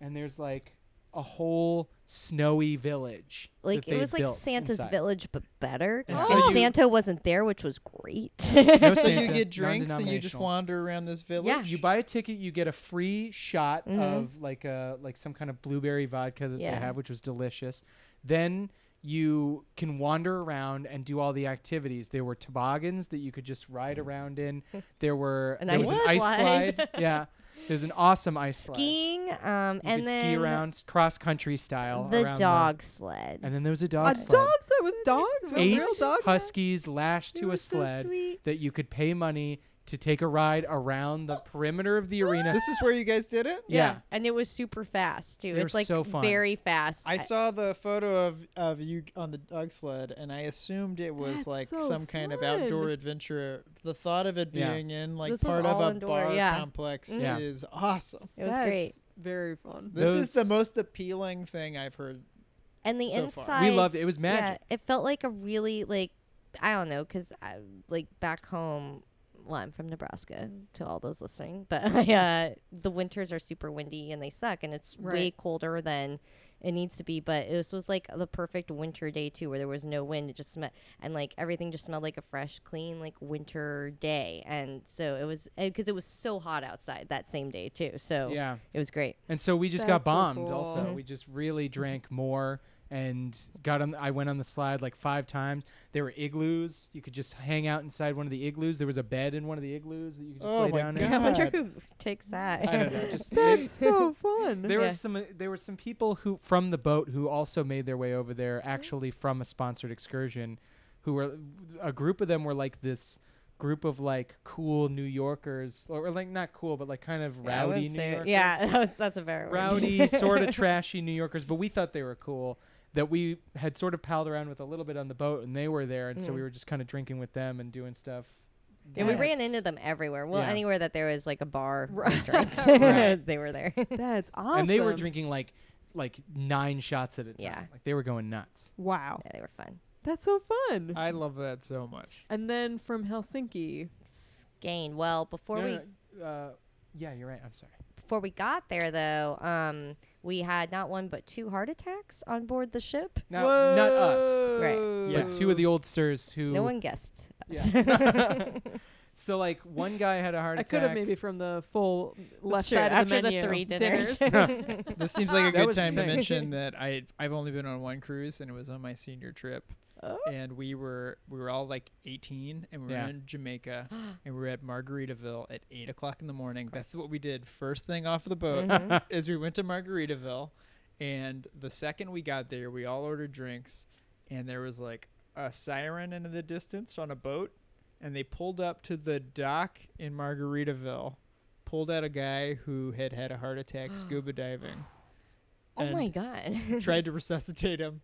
S4: and there's like a whole snowy village.
S3: like
S4: that
S3: it
S4: they
S3: was like
S4: built
S3: Santa's
S4: inside.
S3: Village, but better.
S1: And
S3: And
S1: so you-
S3: Santa wasn't there, which was
S4: [laughs]
S3: great. [laughs]
S4: No
S1: So [laughs] you
S4: Santa,
S1: get drinks and you just
S4: non-denominational.
S1: wander around this village.
S4: You buy a ticket, you get a free shot
S3: Mhm.
S4: of like a like some kind of blueberry vodka that
S3: Yeah.
S4: they have, which was delicious. Then you can wander around and do all the activities. There were toboggans that you could just ride
S3: [laughs]
S4: around in. There were
S3: An
S4: there was
S3: ice slide. [laughs]
S4: yeah, there's an awesome ice slide.
S3: skiing, um, and
S4: You could
S3: then
S4: ski around cross country style.
S3: the
S4: around
S3: dog sled.
S4: and then there was a
S2: Uh,
S4: dog sled.
S2: dogs that with dogs with
S4: Eight
S2: real dogs.
S4: huskies lashed
S3: They
S4: to
S3: were
S4: a
S3: so
S4: sled
S3: sweet.
S4: that you could pay money to take a ride around the perimeter of the arena.
S1: This is where you guys did it?
S4: yeah.
S3: and it was super fast too.
S4: They were
S3: it's like
S4: so fun.
S3: very fast.
S1: I saw the photo of, of you on the dog sled, and I assumed it was
S2: That's
S1: like
S2: so
S1: some kind of
S2: fun.
S1: outdoor adventure. The thought of it
S4: Yeah.
S1: being in like
S3: This was
S1: part of
S3: all
S1: a
S3: indoor,
S1: bar
S3: yeah. Mm-hmm.
S1: complex
S4: Yeah.
S1: is awesome.
S3: it was
S2: That's
S3: great.
S2: Very fun.
S1: This is the
S4: Those-
S1: most appealing thing I've heard.
S3: And the
S1: so far.
S3: inside
S4: we loved it. It was magic.
S3: Yeah, it felt like a really like I don't know because like back home. Well, I'm from Nebraska to all those listening, [laughs] but I, uh, the winters are super windy and they suck, and it's way
S2: Right.
S3: colder than it needs to be. But it was, was like the perfect winter day too, where there was no wind. It just smelled and like everything just smelled like a fresh, clean like winter day, and so it was because it was so hot outside that same day too. So
S4: Yeah.
S3: it was great.
S4: And so we just got
S2: That's so
S4: bombed
S2: cool.
S4: also.
S2: Mhm.
S4: We just really drank more and got on I went on the slide like 5 times. There were igloos. You could just hang out inside one of the igloos. There was a bed in one of the igloos that you could just
S1: Oh
S4: lay
S1: my
S4: down
S3: [laughs]
S4: in.
S3: I wonder
S1: God.
S3: who takes that.
S4: [laughs] I don't know. Just
S2: [laughs] That's so fun.
S4: There
S3: Yeah.
S4: was some. uh, There were some people who from the boat who also made their way over there,
S3: Mm-hmm.
S4: actually from a sponsored excursion, who were a group of them were like this group of like cool New Yorkers, or, or, like not cool, but like kind of
S3: Yeah, [laughs] I
S4: rowdy
S3: wouldn't
S4: New
S3: say-
S4: Yorkers.
S3: Yeah, [laughs] that's, that's a better word.
S4: rowdy,
S3: [laughs]
S4: sort of trashy New Yorkers. But we thought they were cool. That we had sort of palled around with a little bit on the boat, and they were there, and so
S3: Mhm.
S4: we were just kind of drinking with them and doing stuff.
S3: Yeah, we ran
S1: That's-
S3: into them everywhere. Well,
S4: Yeah.
S3: anywhere that there was like a bar, with
S2: Right.
S3: drinks,
S4: Right.
S3: [laughs] they were there. [laughs]
S2: That's awesome.
S4: And they were drinking like like nine shots at a time.
S3: Yeah.
S4: Like they were going nuts.
S2: Wow,
S3: Yeah, they were fun.
S2: that's so fun.
S1: I love that so much.
S2: and then from Helsinki,
S3: Gain. Well, before
S4: No,
S3: we
S4: no, no, uh, yeah, you're right. I'm sorry.
S3: before we got there though, um, we had not one but two heart attacks on board the ship.
S4: Not, not us.
S3: Right.
S4: But two of the oldsters who.
S3: No one guessed. [laughs] us.
S4: Yeah. [laughs]
S3: [laughs]
S4: so like one guy had a heart
S2: I could
S4: attack.
S2: have maybe from the full left
S3: That's true,
S2: side of
S3: after
S2: the menu. [laughs]
S3: three dinners.
S1: [laughs] This seems like a
S4: That
S1: good
S4: was the
S1: time to
S4: thing. [laughs]
S1: mention that I I've only been on one cruise, and it was on my senior trip. and we were we were all like 18 and we were
S4: Oh. Yeah.
S1: in jamaica
S4: [gasps]
S1: and we were at margaritaville at 8 o'clock in the morning that's what we did first thing off the boat
S4: Mm-hmm.
S1: [laughs] is we went to margaritaville and the second we got there we all ordered drinks and there was like a siren in the distance on a boat and they pulled up to the dock in margaritaville pulled out a guy who had had a heart
S3: [gasps]
S1: attack scuba diving
S3: [laughs] oh my
S1: and
S3: god.
S1: [laughs] tried to resuscitate him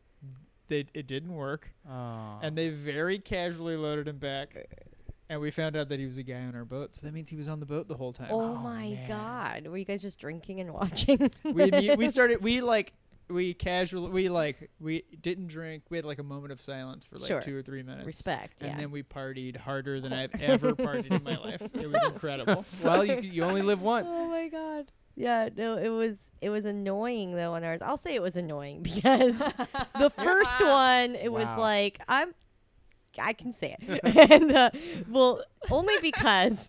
S1: they, it didn't work
S4: Oh.
S1: and they very casually loaded him back.
S3: [laughs]
S1: And we found out that he was a guy on our boat, so that means he was on the boat the whole time.
S3: Oh
S4: Oh,
S3: my
S4: man.
S3: god. Were you guys just drinking and watching?
S1: We imme-
S3: [laughs]
S1: we started we like we casually we like we didn't drink. We had like a moment of silence for like
S3: Sure.
S1: two or three minutes.
S3: Respect.
S1: And
S3: yeah. Oh.
S1: then we partied harder than I've ever partied in my life. It was
S3: [laughs]
S1: incredible.
S4: [laughs] well, you, you only live once.
S3: Oh my god. Yeah, no, it was it was annoying though on ours. I'll say it was annoying [laughs] because the first one it was
S4: Wow.
S3: like I'm I can say it. [laughs]
S4: [laughs]
S3: and uh, well, only because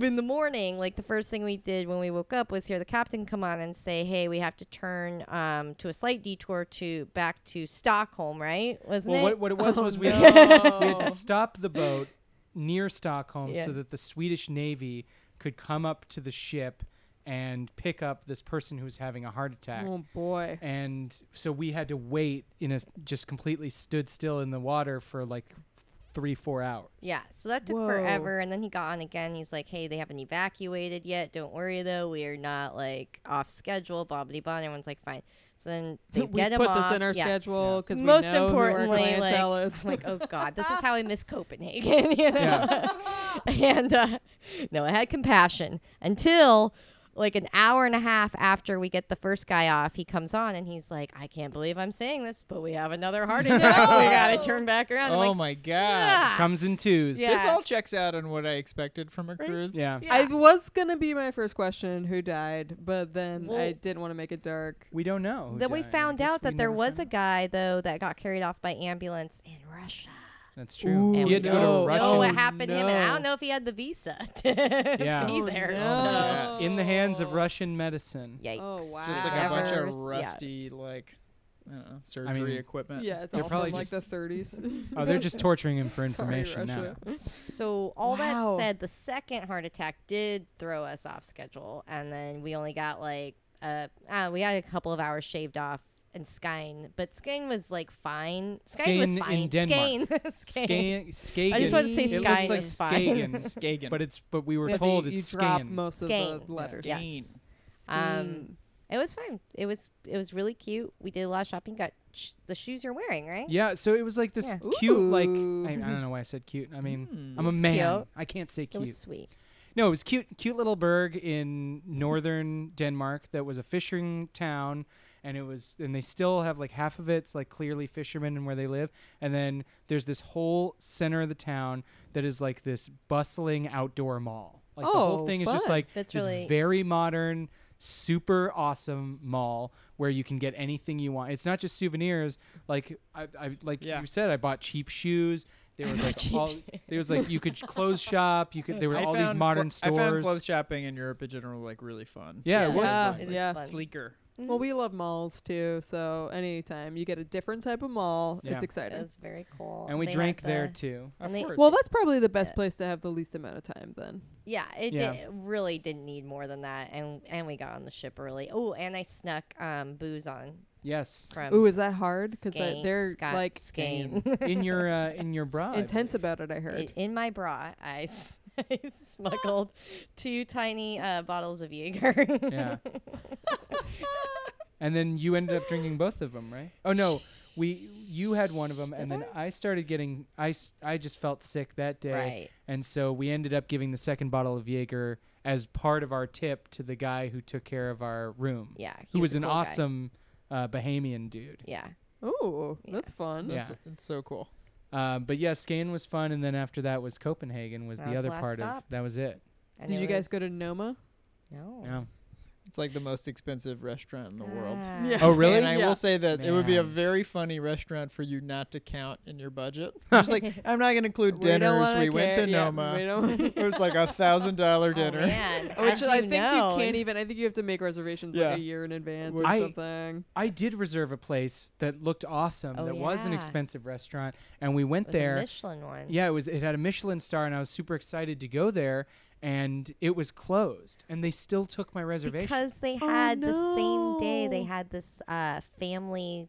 S3: in the morning, like the first thing we did when we woke up was hear the captain come on and say, "Hey, we have to turn um, to a slight detour to back to Stockholm, right?" Wasn't
S4: well,
S3: it? Oh.
S4: what, what it was was we,
S2: no.
S4: had to, we had to stop the boat near Stockholm
S3: Yeah.
S4: so that the Swedish Navy could come up to the ship and pick up this person who was having a heart attack.
S2: Oh boy.
S4: and so we had to wait in a just completely stood still in the water for like three four hours
S3: Yeah, so that took
S2: Whoa.
S3: forever, and then he got on again. He's like, "Hey, they haven't evacuated yet. Don't worry though, we are not like off schedule." Blah blah blah. And everyone's like, "Fine." So then
S2: [laughs]
S3: they
S2: we
S3: get him
S2: put
S3: off.
S2: this in our
S3: yeah.
S2: schedule because
S3: Most
S2: we know
S3: importantly,
S2: who our clientele
S3: like,
S2: is.
S3: I'm [laughs] like, oh god,
S2: [laughs]
S3: this is how I miss Copenhagen. [laughs] you know?
S4: Yeah.
S3: and uh, no, I had compassion until like an hour and a half after we get the first guy off, he comes on and he's like, I can't believe I'm saying this, but we have another heart attack. we gotta turn back around. I'm
S1: oh
S3: like,
S1: my god.
S3: "Ah."
S4: comes in twos
S3: Yeah.
S1: This all checks out on what I expected from a cruise.
S4: yeah
S2: I was gonna be my first question, who died, but then I
S3: Well-
S2: didn't want to make it dark.
S4: we don't know who
S3: Then we
S4: died. I
S3: found
S4: Oh, guess
S3: out
S4: we
S3: that there
S4: never
S3: was
S4: found
S3: a
S4: out.
S3: guy though that got carried off by ambulance in Russia.
S4: that's true
S2: Ooh,
S4: he had to go
S2: no.
S4: to
S3: Oh,
S4: russia
S3: No,
S2: Russian-
S3: it happened to him, and I don't
S2: no.
S3: know if he had the visa [laughs] to
S4: Yeah.
S3: be
S2: Oh,
S3: there.
S2: no.
S3: So-
S1: Oh.
S4: in the hands of
S3: [laughs]
S4: russian medicine
S3: Yikes!
S2: Oh, wow.
S1: Just like a bunch
S3: Never-
S1: of
S3: yeah.
S1: rusty like I don't know, surgery
S4: mean-
S1: equipment.
S2: Yeah, it's
S4: They're
S2: all
S4: probably
S2: from like
S4: just-
S2: the
S3: [laughs]
S2: 30s.
S4: oh they're just torturing him
S2: Sorry,
S4: for information now
S2: Russia.
S3: So all
S2: Wow.
S3: that said, the second heart attack did throw us off schedule, and then we only got like uh, uh we got a couple of hours shaved off and Skine, but Skine was like fine. Skine was
S4: Skane in
S3: fine.
S4: Denmark.
S3: Skane. [laughs] Skane.
S4: Skagen. Skagen.
S3: I just
S2: wanted
S3: wanted to say
S2: It
S4: it
S3: Skine
S4: looks like
S3: is fine. [laughs]
S4: Skagen,
S1: Skagen.
S4: but it's but we were
S2: Yeah,
S4: told
S2: you,
S4: it's
S2: you drop
S4: Skagen.
S2: most of
S3: Skane.
S2: the letters.
S3: Yes.
S1: Skane.
S3: Um, It was fine. It was it was really cute. We did a lot of shopping. Got sh- the shoes you're wearing, right?
S4: Yeah, so it was like this
S2: Yeah.
S4: cute, like I,
S2: Ooh.
S4: I don't know why I said cute. I mean,
S1: Mm.
S4: I'm a
S3: Hmm. It's
S4: man.
S3: cute.
S4: I can't say
S3: It
S4: cute.
S3: was sweet.
S4: No, it was cute, cute little burg in northern Denmark that was a fishing town, and it was, and they still have like half of it's like clearly fishermen and where they live, and then there's this whole center of the town that is like this bustling outdoor mall. Like the
S2: Oh,
S4: whole thing is just
S2: fun.
S4: like
S3: That's
S4: this
S3: really-
S4: very modern, super awesome mall where you can get anything you want. It's not just souvenirs. Like I, I like
S1: Yeah.
S4: you said, I bought cheap shoes. There was like all, there was like you could clothes shop. You could there were
S1: I
S4: all these
S1: found
S4: modern
S1: clo-
S4: stores.
S1: I found clothes shopping in Europe in general like really fun.
S4: Yeah,
S3: Yeah.
S4: it was.
S2: Yeah.
S4: fun.
S3: It is
S2: Yeah.
S3: fun.
S1: Sleeker.
S2: Well, we love malls too, so anytime you get a different type of mall,
S4: Yeah.
S2: it's
S3: It
S2: exciting.
S3: was very cool.
S4: And we
S3: They had
S4: drank there
S3: the-
S4: too.
S1: Of
S3: And they-
S1: course.
S2: well, that's probably the best
S3: Yeah.
S2: place to have the least amount of time then.
S3: Yeah, it
S4: Yeah.
S3: Did, really didn't need more than that, and and we got on the ship early. Oh, and I snuck um, booze on
S4: Yes.
S3: from.
S2: Ooh, is that hard? Because
S3: Skane-
S2: they're
S3: Um, Scott
S2: like
S3: Skane.
S4: in your uh, in your bra. I
S2: intense about it. I heard.
S3: I- in my bra, I, [laughs] s- I
S4: [laughs]
S3: smuggled two tiny uh, bottles of Jaeger.
S4: believe.
S3: [laughs]
S4: Yeah. and then you ended up drinking both of them, right? Oh no, we you had one of them, and then I started getting I s- I just felt sick that day,
S3: Right.
S4: and so we ended up giving the second bottle of Jaeger as part of our tip to the guy who took care of our room.
S3: Yeah,
S4: Who
S3: he
S4: was
S3: a
S4: an
S3: cool guy.
S4: awesome uh, Bahamian dude.
S3: Yeah.
S2: Ooh,
S3: Yeah.
S2: that's fun.
S4: Yeah.
S1: That's, that's so cool.
S4: Um, but yeah, Skane was fun, and then after that was Copenhagen was
S3: That
S4: the
S3: was
S4: other
S3: the last
S4: part of
S3: stop.
S4: that was it.
S3: and
S2: Did
S3: it
S2: you guys go
S3: was-
S2: to Noma?
S3: No.
S4: Yeah.
S1: It's like the most expensive restaurant in the world.
S3: Ah.
S2: Yeah.
S4: Oh
S1: [laughs]
S4: really?
S1: And I
S2: Yeah.
S1: will say that it would be a
S4: Man.
S1: very funny restaurant for you not to count in your budget.
S3: [laughs]
S1: Just like I'm not going to include
S2: We don't
S1: dinners.
S2: wanna
S1: We, went
S2: care-
S1: to
S2: yeah,
S1: Noma.
S4: [laughs]
S2: we don't-
S1: [laughs] it was like a thousand dollar dinner.
S3: [laughs] Oh, man. How'd
S2: Which I
S3: you
S2: think
S3: know?
S2: you can't even. I think you have to make reservations
S1: Yeah.
S2: like a year in advance or
S4: I-
S2: something.
S4: I did reserve a place that looked awesome.
S3: Oh,
S4: that was an
S3: yeah.
S4: expensive restaurant, and we
S3: It
S4: went
S3: was a
S4: there.
S3: Michelin one.
S4: Yeah, it was. It had a Michelin star, and I was super excited to go there. And it was closed, and they still took my reservation.
S3: Because they
S2: Oh,
S3: had the same day, they
S2: no.
S3: had this uh, family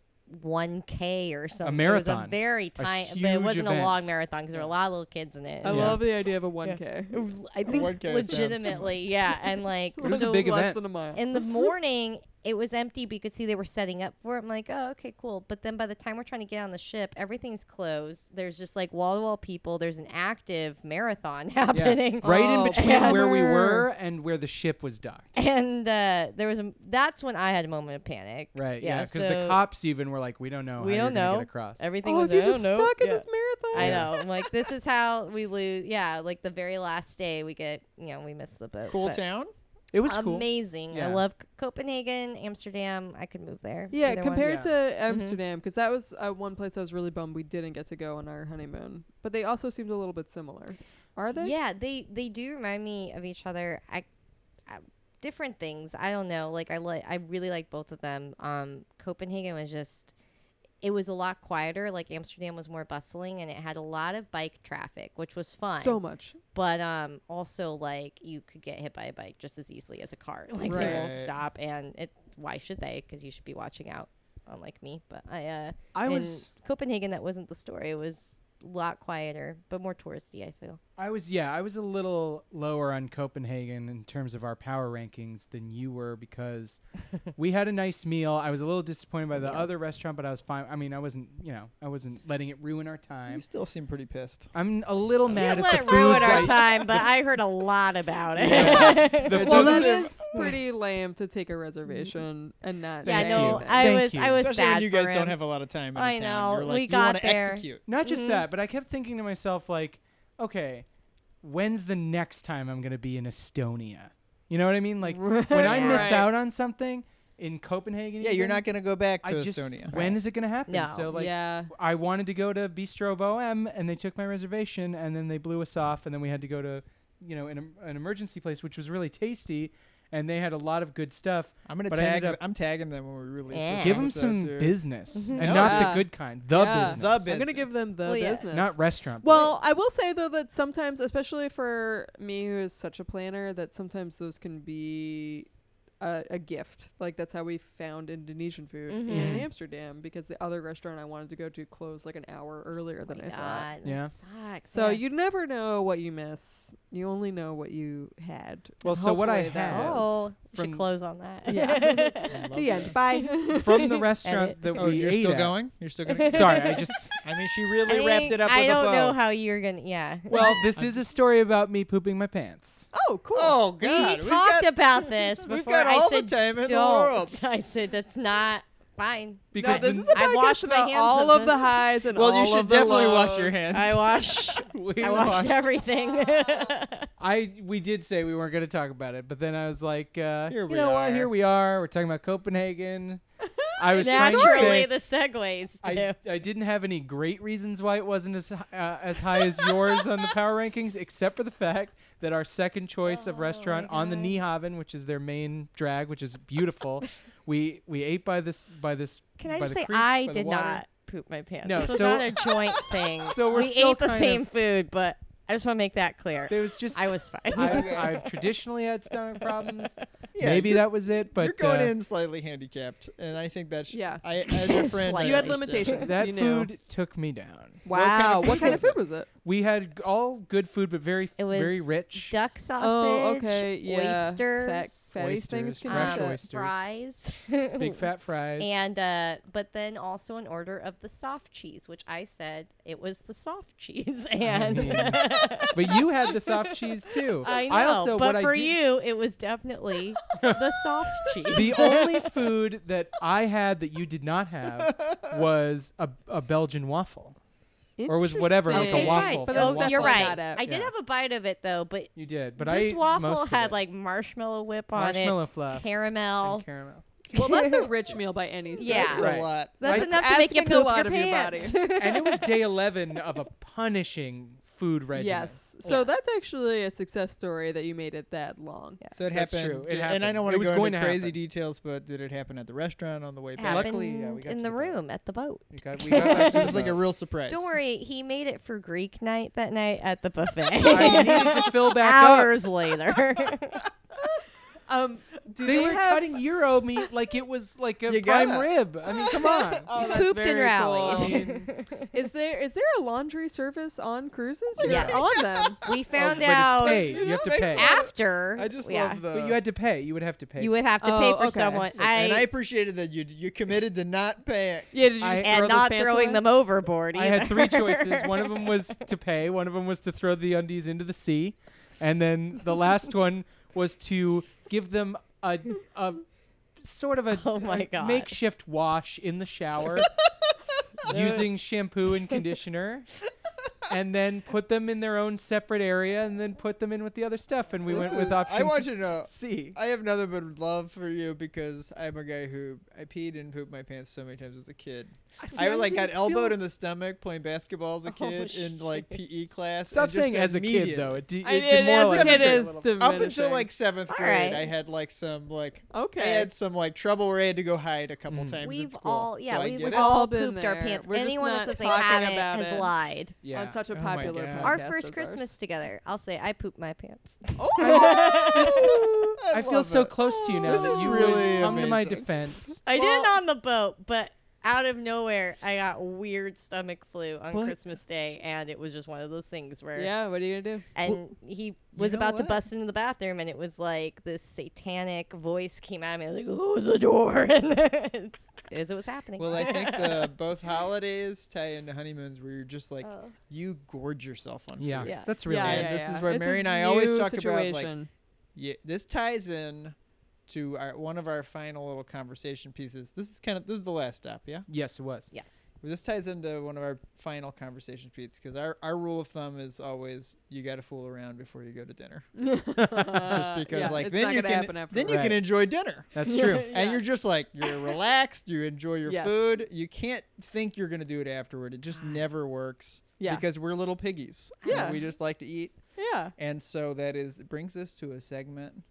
S3: 1K or something. It was a
S4: marathon.
S3: very
S4: A
S3: time, but it
S4: huge
S3: wasn't a long
S4: event.
S3: marathon because there were a lot of little kids in it.
S2: I
S4: Yeah.
S2: love the idea of a 1K.
S3: It was- I think
S1: 1K sounds-
S3: legitimately, yeah, and like
S4: It was a
S2: No
S4: big
S2: less
S4: event.
S2: than a mile.
S3: in the morning it was empty but you could see they were setting up for it i'm like oh okay cool but then by the time we're trying to get on the ship everything's closed there's just like wall-to-wall people there's an active marathon [laughs]
S4: Yeah.
S3: happening
S4: Right
S2: Oh,
S4: in between where we
S2: bummer.
S4: were and where the ship was docked.
S3: and uh, there was a that's when i had a moment of panic
S4: Right. Yeah. Because
S3: so
S4: the cops even were like, "We don't know.
S3: we
S4: how
S3: don't
S4: you're gonna
S3: know
S4: Get across.
S3: everything
S2: oh,
S3: was
S2: if you're
S3: "I don't
S2: just
S3: know."
S2: stuck in
S3: Yeah.
S2: this marathon.
S3: I know. I'm like, this is how we lose. Yeah, like the very last day we get, you know, we miss the boat.
S1: Cool
S3: but
S1: town.
S4: it was cool.
S3: amazing. I
S4: Yeah.
S3: love C- Copenhagen, Amsterdam. I could move there.
S2: Yeah,
S3: Either one. Mm-hmm.
S2: compared
S4: Yeah.
S2: to Amsterdam, because that was uh, one place I was really bummed we didn't get to go on our honeymoon. But they also seemed a little bit similar. Are they?
S3: Yeah, they they do remind me of each other. I, I different things. I don't know. Like I like I really like both of them. Um, Copenhagen was just it was a lot quieter. Like Amsterdam was more bustling, and it had a lot of bike traffic, which was fun.
S2: So much.
S3: but um, also like you could get hit by a bike just as easily as a car. [laughs] Like they won't
S1: Right.
S3: stop, and it why should they? Because you should be watching out, unlike me. But I uh,
S4: I
S3: in
S4: was.
S3: Copenhagen. That wasn't the story. It was a lot quieter, but more touristy. I feel.
S4: I was yeah, I was a little lower on Copenhagen in terms of our power rankings than you
S3: [laughs]
S4: were because we had a nice meal. I was a little disappointed by the
S3: Yeah.
S4: other restaurant, but I was fine. I mean, I wasn't, you know, I wasn't letting it ruin our
S1: You
S4: time.
S1: still seem pretty pissed.
S4: I'm a little mad
S3: It
S4: at Oh, the
S3: let
S4: foods.
S3: ruin our
S4: I-
S3: time, but I heard a lot about it. [laughs]
S4: the
S2: Well,
S4: foods
S2: that
S4: I-
S2: is [laughs] pretty lame to take a reservation and not.
S3: yeah,
S2: say
S3: no,
S2: anything.
S3: I
S4: Thank
S3: was,
S4: you.
S3: I was
S1: Especially
S3: sad
S1: when you
S3: for
S1: guys
S3: him.
S1: don't have a lot of time. In a
S3: I
S1: town. You're
S3: know.
S1: like,
S3: We
S1: you
S3: got
S1: wanna
S3: there.
S1: Execute.
S4: Not just
S3: Mhm.
S4: that, but I kept thinking to myself like, okay, when's the next time I'm going to be in Estonia? You know what I mean? Like when I miss
S3: Right.
S4: out on something in Copenhagen,
S1: Yeah, you're
S4: even,
S1: not going to go back to
S4: I just,
S1: Estonia.
S4: When is it going to happen?
S3: No.
S4: So like
S2: yeah.
S4: I wanted to go to Bistro Bohem, and they took my reservation, and then they blew us off, and then we had to go to, you know, an, an emergency place, which was really tasty, and they had a lot of good stuff.
S1: I'm gonna
S4: But I
S1: tag.
S4: ended
S1: th-
S4: up-
S1: I'm tagging them when we release.
S3: Yeah.
S1: This
S4: Give them
S1: episode,
S4: some
S1: dude.
S4: business, and
S1: No.
S4: not
S2: Mm-hmm. Yeah.
S4: the good kind, the
S2: Yeah.
S4: business,
S1: The business.
S2: I'm gonna give them the
S3: Well, yeah.
S2: business.
S4: not restaurant.
S2: Well, I will say though that sometimes, especially for me who is such a planner, that sometimes those can be a, a gift. Like that's how we found Indonesian food in
S3: Mhm.
S2: Amsterdam because the other restaurant I wanted to go to closed like an hour earlier than I thought.
S3: God,
S4: Yeah.
S3: that sucks.
S2: So
S3: Oh, yeah.
S2: you never know what you miss. You only know what you had.
S3: [laughs]
S4: Well,
S2: And
S4: so what I
S2: hopefully that
S4: had-
S3: oh,
S2: was
S3: we should
S4: from-
S3: close on that. [laughs]
S2: Yeah. [laughs] the end. Bye. [laughs]
S4: from the restaurant
S3: Edit.
S4: that
S1: Oh,
S4: we
S1: you're
S4: ate
S1: still
S4: at-
S1: going? You're
S3: [laughs]
S1: still going?
S4: [laughs] Sorry, I
S2: [laughs]
S4: just.
S1: I mean, she
S3: I
S1: really wrapped it
S3: think-
S1: up
S3: I
S1: with
S3: don't
S1: a bow.
S3: know how you're gonna. Yeah.
S4: Well, this is a story about me pooping my pants.
S2: oh, cool.
S1: oh
S3: [laughs] We
S1: God, we've
S3: talked
S1: got-
S3: about this before.
S1: We've got
S3: I
S1: all the
S3: said,
S1: time in the
S3: don't.
S1: world.
S3: [laughs] I said that's not fine.
S2: No,
S4: Because
S2: this
S4: the-
S2: is a
S3: I
S2: podcast
S3: washed my
S2: about
S3: hands
S2: all
S3: of
S2: of the
S3: this.
S2: highs and
S1: Well,
S2: all
S1: you should
S2: of the
S1: definitely
S2: lows.
S1: wash your hands.
S3: [laughs] I wash.
S4: [laughs] we
S3: I washed everything.
S4: I we did say we weren't going to talk about it, but then I was like, uh,
S1: Here
S4: you
S1: we
S4: know
S1: are.
S4: what? Here we are. We're talking
S3: [laughs]
S4: about Copenhagen. I was trying to
S3: Naturally,
S4: say
S3: the segues.
S4: I,
S3: do.
S4: I didn't have any great reasons why it wasn't as hi- uh, as high as yours on the power rankings, except for the fact that our second choice of
S3: Oh,
S4: restaurant
S3: my
S4: on the
S3: God.
S4: Niehaven, which is their main drag, which is beautiful.
S3: [laughs]
S4: We, we ate by this by this.
S3: Can I
S4: by
S3: just
S4: the
S3: say
S4: creek,
S3: I
S4: by the
S3: did
S4: water.
S3: not poop my pants.
S4: No,
S3: this was
S4: so-
S3: not a
S4: [laughs]
S3: joint thing.
S4: so we're
S3: we
S4: still
S3: ate the
S4: kind
S3: same
S4: of-
S3: food, but I just want to make that clear.
S4: There was just
S3: I was fine.
S4: I've, I've traditionally had stomach problems.
S1: Yeah,
S4: Maybe
S1: you're-
S4: that was it, but
S1: you're going
S4: uh,
S1: in slightly handicapped, and I think that's
S2: Yeah.
S1: I,
S3: [laughs]
S1: as your friend, I
S3: Slightly. You had
S1: understand.
S2: limitations.
S4: that
S2: you know.
S4: food took me down.
S2: Wow.
S1: What
S2: What kind of food was it?
S4: We had g- all good food, but very
S3: It was
S4: very rich.
S3: [laughs] duck sausage.
S2: Oh, okay. Yeah.
S3: Oysters.
S2: Fat, fatty
S4: Oysters,
S2: things can
S4: fresh
S2: be
S3: um,
S2: shit.
S4: oysters.
S3: Fries.
S4: Big
S3: [laughs]
S4: fat fries.
S3: And uh, but then also an order of the soft cheese, which I said it was the soft cheese, [laughs] and
S4: mean, but you had the soft cheese too.
S3: [laughs] I know.
S4: also
S3: but
S4: what
S3: for
S4: I did,
S3: you, it was definitely the soft cheese.
S4: [laughs] the
S3: [laughs]
S4: only food that I had that you did not have was a, a Belgian waffel. Or was whatever, like a
S2: Interesting.
S4: waffle
S3: Right.
S4: But
S3: But
S4: that's
S3: you're
S2: definitely
S3: right.
S2: not it.
S3: I did
S4: Yeah.
S3: have a bite of it though, but
S4: You did, but I
S3: this
S4: ate most
S3: waffle
S4: of
S3: had
S4: it.
S3: like marshmallow whip on
S4: marshmallow uh,
S3: it,
S4: fluff,
S3: caramel.
S4: and caramel.
S2: Well, that's [laughs] a rich meal by any standard.
S1: [laughs]
S3: Yeah.
S1: That's
S4: Right.
S1: a lot.
S3: That's
S2: Like,
S3: enough to make you
S2: asking a
S3: poop
S2: lot of
S3: your
S2: your
S3: pants.
S4: and it was day eleven of a punishing food regimen.
S2: Yes. So that's actually a success story that you made it that long.
S1: So it
S4: That's
S1: happened.
S4: true.
S1: d-
S4: It
S1: And I
S4: happened.
S1: don't want
S4: It
S1: to
S4: was
S1: go
S4: going
S1: into
S4: to
S1: crazy
S4: happen.
S1: details, but did it happen at the restaurant on the way back?
S3: happened
S4: Luckily, yeah, we got
S3: in
S4: to
S3: the
S4: the boat.
S3: room at the boat.
S4: We got, we got back
S1: it
S3: [laughs]
S4: to
S1: was
S4: [laughs]
S1: like a
S4: the-
S1: real surprise.
S3: Don't worry, he made it for Greek night that night at
S4: [laughs]
S3: the
S4: I
S3: buffet.
S4: needed to fill back up.
S3: Hours
S4: [laughs]
S3: later,
S2: Um, do
S4: They,
S2: they,
S4: were
S2: have?
S4: cutting Euro meat like it was like a
S1: You
S4: prime
S1: gotta-
S4: rib. I mean, come on.
S2: oh, that's
S3: pooped and
S2: very
S3: rallied.
S2: cool. [laughs] is there is there a laundry service on cruises? You're
S3: Yes.
S2: on [laughs] them.
S3: we found
S4: Oh, but it's
S3: out
S4: paid. You have to
S1: Makes
S4: pay.
S1: sense.
S3: after.
S1: I just
S3: yeah,
S1: love the.
S4: But you had to pay. You would have to pay.
S3: you would have to pay
S2: Oh,
S3: for
S2: okay.
S3: someone.
S1: and I
S3: I,
S1: appreciated that you you committed to not paying.
S2: Yeah, did you
S4: I-
S2: just
S3: and
S2: throw
S3: not
S2: those pants
S3: throwing
S2: away?
S3: them overboard.
S4: I had
S3: either.
S4: three choices. One of them was
S2: [laughs]
S4: to pay. One of them was to throw the undies into the sea, and then
S2: [laughs]
S4: the last one was to give them a a sort of a,
S3: Oh my
S4: a
S3: God.
S4: makeshift wash in
S2: [laughs]
S4: the shower using shampoo and conditioner. And then put them in their own separate area, and then put them in with the other stuff. And we
S1: This
S4: went
S1: is-
S4: with option
S1: I want you to know.
S4: C.
S1: I have nothing but love for you because I'm a guy who I peed and pooped my pants so many times as a kid. I like got elbowed in the stomach playing basketball as a
S3: [laughs] Oh,
S1: kid in like PE class.
S4: Stop
S1: and just
S4: saying as a kid
S1: immediate-
S4: though. It, de- it
S2: I- it is-
S4: demoralized
S2: it
S4: me.
S2: is
S1: Up until
S2: diminishing.
S1: like seventh
S3: All
S1: grade,
S3: right.
S1: I had like some like
S2: okay.
S1: I had some like trouble where I had to go hide a couple
S4: Mhm.
S1: times. at
S3: We've
S1: school,
S3: all, yeah,
S1: so I
S3: we've,
S1: get
S3: we've
S1: it.
S3: all
S2: All been
S3: pooped our
S2: there.
S3: pants.
S2: We're just
S3: Anyone that
S2: not
S3: says they
S2: talking
S3: haven't
S2: about
S3: has
S2: it.
S3: lied.
S4: Yeah.
S2: on such a
S1: Oh my
S2: popular
S1: God.
S2: podcast.
S1: Our
S3: Our
S2: as
S3: first Christmas
S2: ours.
S3: together, I'll say I pooped my pants.
S2: Oh,
S1: I
S4: I feel
S1: love
S4: so
S1: it.
S4: close to you now
S1: This
S4: that
S1: is
S4: you
S1: really
S4: would come to my
S1: amazing. [laughs]
S4: defense.
S3: [laughs] I didn't
S2: Well-
S3: on the boat, but out of nowhere, I got weird stomach flu on
S1: What?
S3: Christmas Day, and it was just one of those things where.
S2: yeah. What are you gonna do?
S3: And he was
S1: know
S3: about to
S1: what?
S3: bust into the bathroom, and it was like this satanic voice came out of me, like, "Close the door!" [laughs] And as it was happening.
S1: Well, I think the both holidays tie into honeymoons where you're just like
S3: [laughs] Oh.
S1: you gorge yourself on
S4: Yeah.
S1: food.
S3: Yeah.
S4: That's really
S2: yeah,
S1: And
S2: yeah,
S1: this
S2: yeah.
S1: is where
S2: It's a
S1: Mary and I always
S2: new
S1: talk about, like,
S2: situation.
S1: Yeah, this ties in to our, one of our final little conversation pieces. This is kind of this is the last stop, yeah. [laughs]
S4: Yes, it was.
S3: yes.
S1: This ties into one of our final conversation pieces because our, our rule of thumb is always you got to fool around before you go to dinner, [laughs] just
S2: [laughs] Uh,
S1: because
S2: yeah,
S1: like
S2: it's
S1: then
S2: not
S1: you
S2: gonna
S1: can
S2: happen after
S1: then
S2: the
S1: you
S4: Right.
S1: can enjoy dinner.
S2: [laughs]
S4: That's true.
S1: And you're just like you're relaxed, you enjoy your
S2: Yes. Ah.
S1: food. You can't think you're gonna do it afterward. It just never works.
S2: Yeah.
S1: Because we're little piggies. and
S2: Yeah.
S1: we just like to eat.
S2: yeah.
S1: And so that is it brings us to a segment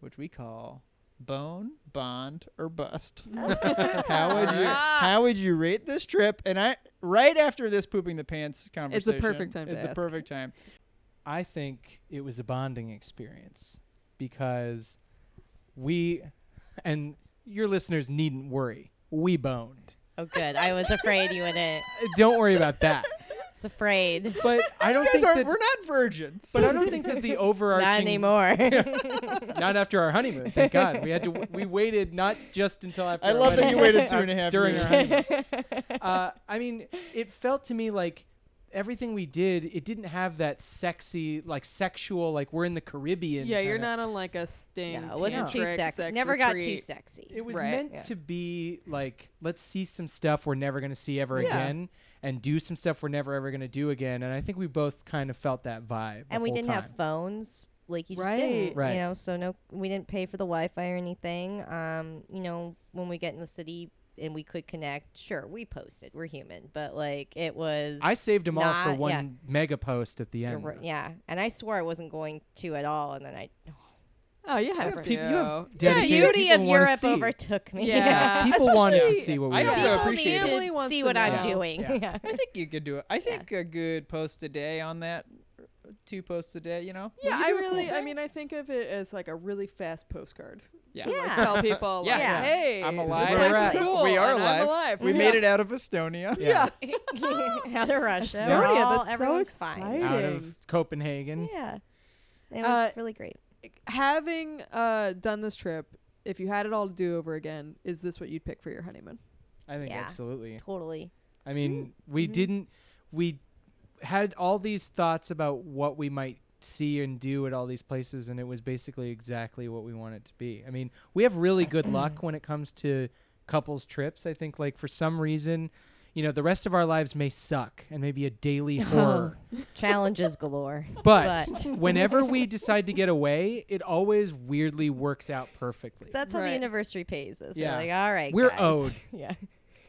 S1: which we call Bone, Bond, or Bust. how would you how would you rate this trip? And I right after this pooping the pants conversation.
S2: perfect time to
S1: It's the
S2: ask.
S1: perfect time.
S4: I think it was a bonding experience because we and your listeners needn't worry. We boned.
S3: Oh, good. I was afraid you wouldn't. I
S4: Uh, Don't worry about that.
S3: was [laughs] afraid.
S4: [laughs] But I don't
S1: You guys
S4: think
S1: are
S4: that.
S1: we're not virgins.
S4: but I don't think
S1: [laughs]
S4: that the overarching
S3: Not [laughs] anymore.
S4: [laughs] not after our honeymoon. Thank God we had to. We waited not
S1: [laughs]
S4: just until after.
S1: I
S4: our
S1: love that you
S4: wedding.
S1: waited two
S4: Uh, [laughs]
S1: and a half
S4: during
S1: years.
S4: our
S1: [laughs]
S4: honeymoon. Uh, I mean, it felt to me like everything we did. It didn't have that sexy, like sexual, like we're in the Caribbean.
S2: yeah, you're
S4: kinda-
S2: not on like a sting.
S3: yeah, it wasn't too
S2: tantric
S3: sexy.
S2: sex
S3: Never got too
S2: retreat.
S3: sexy.
S4: It was
S2: Right,
S4: meant
S3: yeah.
S4: to be like, let's see some stuff we're never going to see ever
S2: Yeah.
S4: again and do some stuff we're never ever going to do again. And I think we both kind of felt that vibe. the
S3: and we
S4: whole
S3: didn't have
S4: time.
S3: phones like you just
S2: Right.
S3: didn't
S4: Right.
S3: you know so no we didn't pay for the wi-fi or anything um you know when we get in the city and we could connect sure we posted we're human but like it was
S4: I saved them all for
S3: Not-
S4: one
S3: yeah.
S4: mega post at the
S3: you're
S4: end.
S3: ri- yeah and i swore i wasn't going to at all and
S2: [laughs]
S3: then i
S2: Oh, you
S4: You
S2: have,
S4: have peop- you
S2: to.
S4: have
S3: the
S4: dedicated
S2: you-
S3: beauty of
S4: people wanna
S3: europe
S4: see.
S3: overtook me [laughs]
S2: Yeah.
S4: people wanted to
S2: especially-
S4: see what we
S1: I
S4: were
S1: also
S4: doing.
S3: People
S1: appreciate
S3: need
S1: it.
S2: Family
S3: to
S2: wants
S3: see
S2: to
S3: what i'm
S2: know.
S3: doing
S4: Yeah.
S3: [laughs] yeah.
S1: I think you could do it. I think a good post a day on that, two posts a day. You know.
S2: Yeah,
S1: You
S2: I
S1: do a cool
S2: really, I
S1: thing.
S2: mean, I think of it as like a really fast postcard.
S1: Yeah.
S2: To, like,
S3: Yeah.
S2: tell people,
S1: Yeah.
S2: like,
S3: Yeah.
S2: hey,
S1: I'm
S2: this
S1: alive.
S2: place
S4: We're
S2: is
S4: alive.
S2: cool,
S1: we are
S2: and
S1: alive.
S2: I'm alive.
S1: We made it out of [laughs] Estonia.
S3: [laughs]
S4: Yeah.
S3: out of russia
S4: Estonia,
S3: We're all-
S2: that's so
S3: everyone's fine
S2: exciting.
S4: Out of Copenhagen.
S3: yeah it was
S2: Uh,
S3: really great
S2: Having uh, done this trip, if you had it all to do over again, is this what you'd pick for your honeymoon?
S4: I think
S3: Yeah.
S4: absolutely.
S3: totally
S4: I mean, we didn't. We had all these thoughts about what we might see and do at all these places, and it was basically exactly what we want it to be. I mean, we have really good luck when it comes to couples trips. I think, like for some reason, you know, the rest of our lives may suck and maybe a daily horror,
S1: [laughs]
S3: challenges galore
S4: but, whenever we decide to get away, it always weirdly works out perfectly.
S3: That's how
S2: Right.
S3: the anniversary pays us.
S4: Yeah.
S3: Yeah. Like, all right,
S4: We're
S3: guys."
S4: owed.
S3: [laughs] Yeah.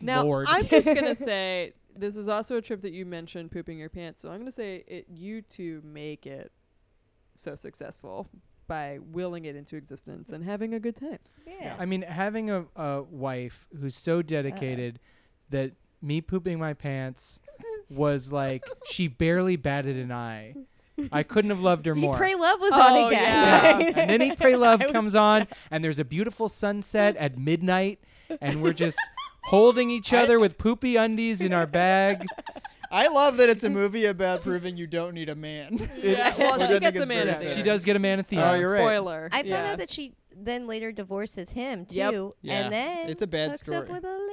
S2: Now,
S4: Lord.
S2: I'm just going
S4: [laughs]
S2: to say this is also a trip that you mentioned pooping your pants. So I'm going to say it, you two make it so successful by willing it into existence and having a good time.
S3: Yeah.
S4: I mean, having a, a wife who's so dedicated that me pooping my pants
S2: [laughs]
S4: was like she barely batted an eye. I couldn't have loved her
S3: Eat,
S4: more.
S3: Pray Love was
S2: Oh,
S3: on again.
S2: yeah.
S3: [laughs]
S4: Yeah.
S2: [laughs]
S4: and then Eat Pray Love comes on, and there's a beautiful sunset at midnight, and
S2: [laughs]
S4: we're just holding each
S1: I-
S4: other with poopy undies in our bag.
S1: I love that it's a movie about proving you don't need a
S4: [laughs]
S1: man.
S2: Yeah, well,
S1: Which I
S2: she
S1: think
S2: gets
S1: is
S2: a man
S1: very
S2: at the
S1: fair.
S2: end.
S4: She does get a man at the
S1: Oh,
S4: end.
S1: you're right.
S2: Spoiler.
S3: I found
S4: Yeah.
S3: out that she then later divorces him too,
S2: Yep.
S1: Yeah.
S3: and then
S1: It's a bad
S3: hooks
S1: story.
S3: up with a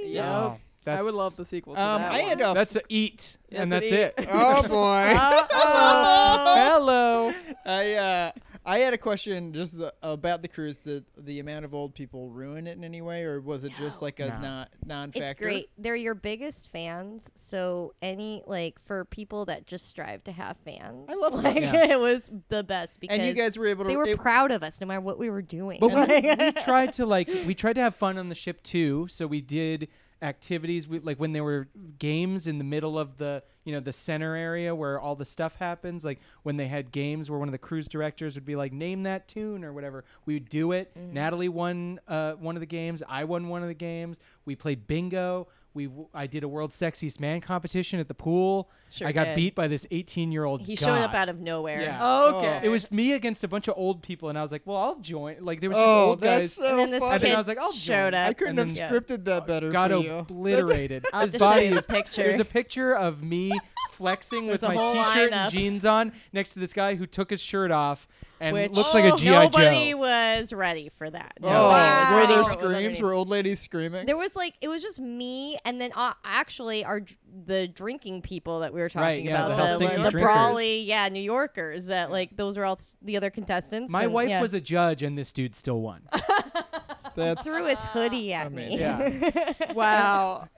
S3: lady.
S2: Yeah.
S4: Wow.
S2: I would
S4: That's-
S2: love the sequel to
S1: Um,
S2: that.
S1: I had
S2: one.
S1: a.
S4: That's a eat, and
S2: That's
S4: that's Uh,
S2: an Oh.
S4: it.
S1: oh
S2: [laughs]
S4: [laughs]
S1: boy.
S3: Uh-oh.
S4: Hello.
S1: I uh, I had a question just the, about the cruise. Did the amount of old people ruin it in any way, or was it just like a
S4: No.
S1: non non-factor?
S3: It's great. They're your biggest fans. So any like for people that just strive to have fans,
S1: I love that.
S3: [laughs] like
S4: Yeah.
S3: it was the best because
S1: And you guys were able to.
S3: they were
S1: it-
S3: proud of us no matter what we were doing.
S4: But
S3: Like-
S4: we,
S3: [laughs]
S4: we tried to like we tried to have fun on the ship too. So we did activities we, like when there were games in the middle of the you know the center area where all the stuff happens. Like when they had games where one of the cruise directors would be like name that tune or whatever. We would do it.
S3: Mm.
S4: Natalie won uh, one of the games. I won one of the games. We played bingo. We w- I did a world sexiest man competition at the pool.
S3: Sure
S4: I got
S3: did.
S4: beat by this 18 year old.
S3: he showed up out of nowhere.
S4: Yeah.
S2: Okay.
S4: Oh, It was me against a bunch of old people, and I was like, "Well, I'll join." Like there was these
S1: Oh,
S4: old guys.
S1: that's so
S3: And then this
S1: funny.
S4: And then
S3: kid
S4: I was like, oh, I'll
S3: showed
S4: join.
S3: up.
S1: I couldn't
S4: and
S1: have
S3: then-
S1: scripted that better.
S4: got
S1: for you.
S4: obliterated.
S3: [laughs] I'll
S4: His
S3: just show
S4: body
S3: you
S4: is
S3: the picture.
S4: There's a picture
S3: [laughs]
S4: of me flexing with
S3: a
S4: my
S3: whole
S4: t-shirt
S3: lineup.
S4: and jeans on next to this guy who took his shirt off and
S3: Which Oh,
S4: looks like a GI
S3: Nobody
S4: Joe.
S3: was ready for that.
S1: [laughs] Oh,
S3: Nobody
S2: Wow.
S3: was
S1: were there
S3: ready for what was
S1: screams?
S3: happening.
S1: Were old ladies screaming?
S3: There was like it was just me, and then uh, actually our dr- the drinking people that we were talking
S4: Right, yeah,
S1: the
S3: about, the,
S1: Helsinki
S3: the
S1: drinkers.
S3: brawly, yeah, New Yorkers. That like those were all s- the other contestants.
S4: My
S3: and,
S4: wife
S3: yeah,
S4: was a judge, and this dude still won.
S1: That's
S3: threw his hoodie at me.
S1: Amazing.
S2: [laughs]
S4: Yeah,
S2: wow.
S3: Oh.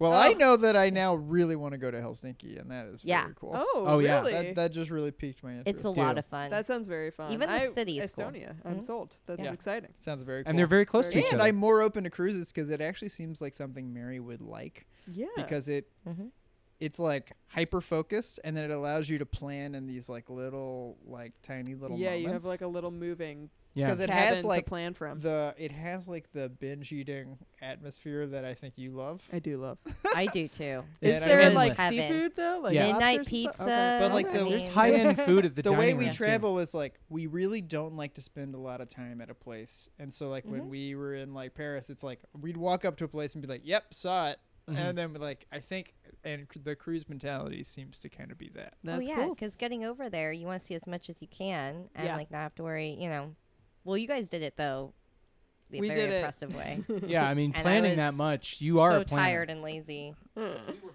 S1: well. I know that I now really want to go to Helsinki, and that is
S3: Yeah.
S1: very cool.
S2: Oh,
S4: Oh, yeah.
S2: really?
S1: That, that just really piqued my interest.
S3: [laughs] It's a lot
S4: Dude.
S3: of fun.
S2: that sounds very fun.
S3: Even the
S2: I-
S3: city is cool.
S2: Estonia.
S4: Mm-hmm.
S2: I'm sold. That's
S1: Yeah.
S2: exciting.
S1: Sounds very. cool.
S4: and they're very close to
S2: Very
S4: each
S1: And
S4: other.
S1: I'm more open to cruises because it actually seems like something Mary would like
S2: Yeah.
S1: because it,
S3: Mhm.
S1: it's like hyper focused, and then it allows you to plan in these like little, like tiny little.
S2: yeah, you have
S1: moments.
S2: like a little moving
S4: Yeah.
S1: Because it
S2: cabin
S1: has like
S2: to plan from.
S1: the it has like the binge eating atmosphere that I think you love.
S2: I do love.
S3: I do too.
S4: It's
S2: Is
S1: I
S2: there
S1: mean,
S2: like
S3: Heaven.
S2: seafood though? Like
S4: Yeah.
S2: lobsters
S3: Midnight
S2: and stuff?
S3: pizza, Oh,
S2: Okay.
S1: But, like,
S2: okay.
S1: the-
S3: I
S1: There's
S3: mean,
S4: High
S3: [laughs]
S4: end food at the,
S1: the
S4: dining
S1: way we
S4: room, too.
S1: travel is like we really don't like to spend a lot of time at a place and so like when we were in like paris it's like we'd walk up to a place and be like yep saw it and then like i think and c- the cruise mentality seems to kind of be that
S2: That's
S3: oh yeah,
S2: cool.
S3: because getting over there, you want to see as much as you can, and
S2: Yeah.
S3: like not have to worry. You know, well, you guys did it though, the
S2: We
S3: very
S2: did it.
S3: impressive
S2: [laughs]
S3: way.
S4: Yeah, I mean,
S3: And I
S4: planning that
S3: was
S4: much, [laughs] you are
S3: so
S4: a planner.
S3: tired and lazy.
S4: We were both.
S3: we were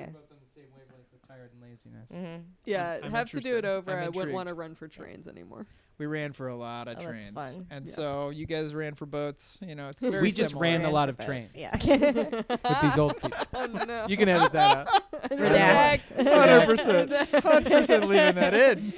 S3: Yeah.
S4: both on the same wavelength of tired and laziness.
S3: Mhm.
S2: Yeah,
S1: I'm
S2: have to do
S1: interested.
S2: it over.
S1: I'm
S2: I wouldn't want to
S1: intrigued.
S2: run for trains
S3: [laughs]
S2: anymore.
S1: we ran for a lot of
S3: Oh, that's
S1: trains
S3: fun.
S1: and
S2: Yeah.
S1: so you guys ran for boats you know it's very
S4: We just
S1: similar.
S4: ran a
S3: Ran
S4: lot
S3: for
S4: of
S3: boats,
S4: trains
S2: [laughs]
S3: Yeah. [laughs]
S4: with these old people.
S2: Oh no. [laughs]
S4: You can edit that out.
S3: Redact.
S1: Hundred percent, [laughs] hundred percent leaving that in.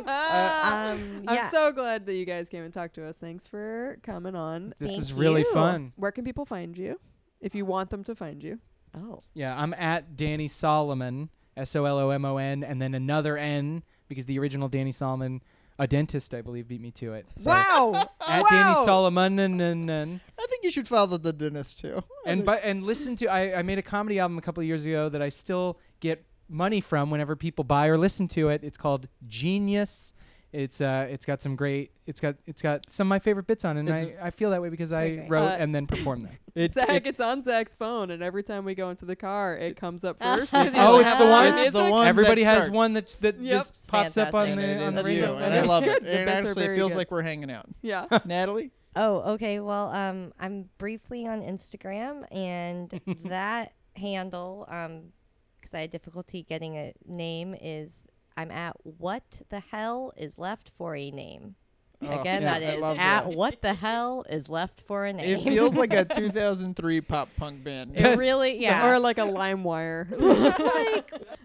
S3: [laughs] um,
S2: I'm
S3: yeah.
S2: so glad that you guys came and talked to us. Thanks for coming on.
S4: This
S3: Thank
S4: is really
S3: you.
S4: fun.
S2: Where can people find you? If you want them to find you.
S3: oh,
S4: Yeah, I'm at Danny Solomon, S O L O M O N, and then another N because the original Danny Solomon, a dentist, I believe, beat me to it. So,
S2: Wow.
S4: At Danny Solomon, and and
S1: I think you should follow the dentist too. I
S4: and
S1: think-
S4: but and listen to I, I made a comedy album a couple of years ago that I still get money from whenever people buy or listen to it. It's called Genius. It's uh it's got some great it's got it's got some of my favorite bits on it, and
S1: It's-
S4: I, I feel that way because I
S3: Okay.
S4: wrote
S2: Uh,
S4: and then performed them.
S1: it,
S2: Zach,
S1: it-
S2: it's on Zach's phone, and every time we go into the car, it comes
S3: [laughs]
S2: up first. 'cause he's
S4: Oh,
S2: like,
S4: it's the one?
S2: "Ah,
S1: It's the
S2: a-
S1: one that
S4: Everybody has
S1: starts.
S4: one that that
S2: Yep.
S4: just pops up on
S3: Fantastic.
S4: the on
S1: and
S4: the
S1: it is you,
S4: radio.
S1: and I
S2: That's
S1: love
S2: good.
S1: it.
S2: The
S1: And it
S2: bits are
S1: actually
S2: very
S1: feels
S2: good.
S1: like we're hanging out.
S2: Yeah.
S1: [laughs] Natalie,
S3: [laughs] oh, okay. Well, um, I'm briefly on Instagram,
S4: [laughs]
S3: and that handle, um, because I had difficulty getting a name, is I'm at what the hell is left for a name.
S1: Oh,
S3: Again,
S4: yeah,
S3: that
S1: I
S3: is
S1: love
S3: at
S1: that.
S3: what the hell is left for a name.
S1: it
S3: [laughs]
S1: feels like a 2003 pop punk band.
S3: It really, yeah.
S2: Or like a lime
S3: [laughs]
S2: wire. [laughs] All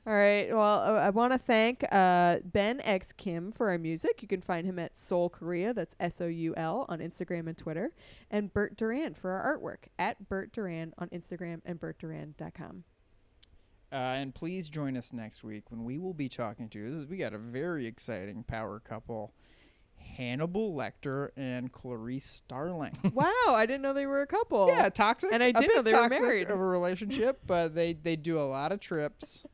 S2: right. Well, uh, I want to thank uh, Ben X Kim for our music. You can find him at Soul Korea. That's S O U L on Instagram and Twitter. And Bert Duran for our artwork at Bert Duran on Instagram and
S3: [laughs]
S2: BertDuran.com.
S1: Uh, and please join us next week when we will be talking to this is, we got a very exciting power couple, Hannibal Lecter and Clarice Starling.
S2: wow, I didn't know they were a couple.
S1: yeah, toxic.
S2: And I
S1: a
S2: did know
S1: bit
S2: they were
S1: toxic
S2: married.
S1: Of a relationship, but they they do a lot of trips.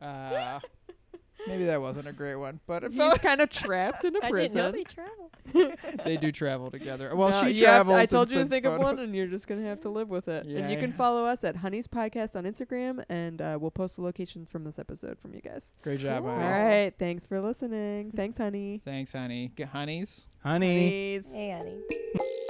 S1: Uh,
S2: [laughs]
S1: maybe that wasn't a great one, but it
S2: He's
S1: felt
S2: kind of trapped in a
S3: [laughs] I didn't know
S2: prison.
S3: they traveled.
S1: they do travel together. Well,
S2: No,
S1: she
S2: you have
S1: travels.
S2: to- I
S1: and
S2: told you to
S1: sends
S2: think of one,
S1: photos.
S2: and you're just gonna have to live with it.
S1: Yeah,
S2: and you can
S1: yeah.
S2: follow us at Honey's Podcast on Instagram, and uh, we'll post the locations from this episode from you guys.
S1: Great job,
S2: All
S1: honey.
S2: right, thanks for listening. Thanks, honey.
S1: Thanks, honey. G- honeys.
S4: Honey.
S2: Please.
S3: Hey, honey.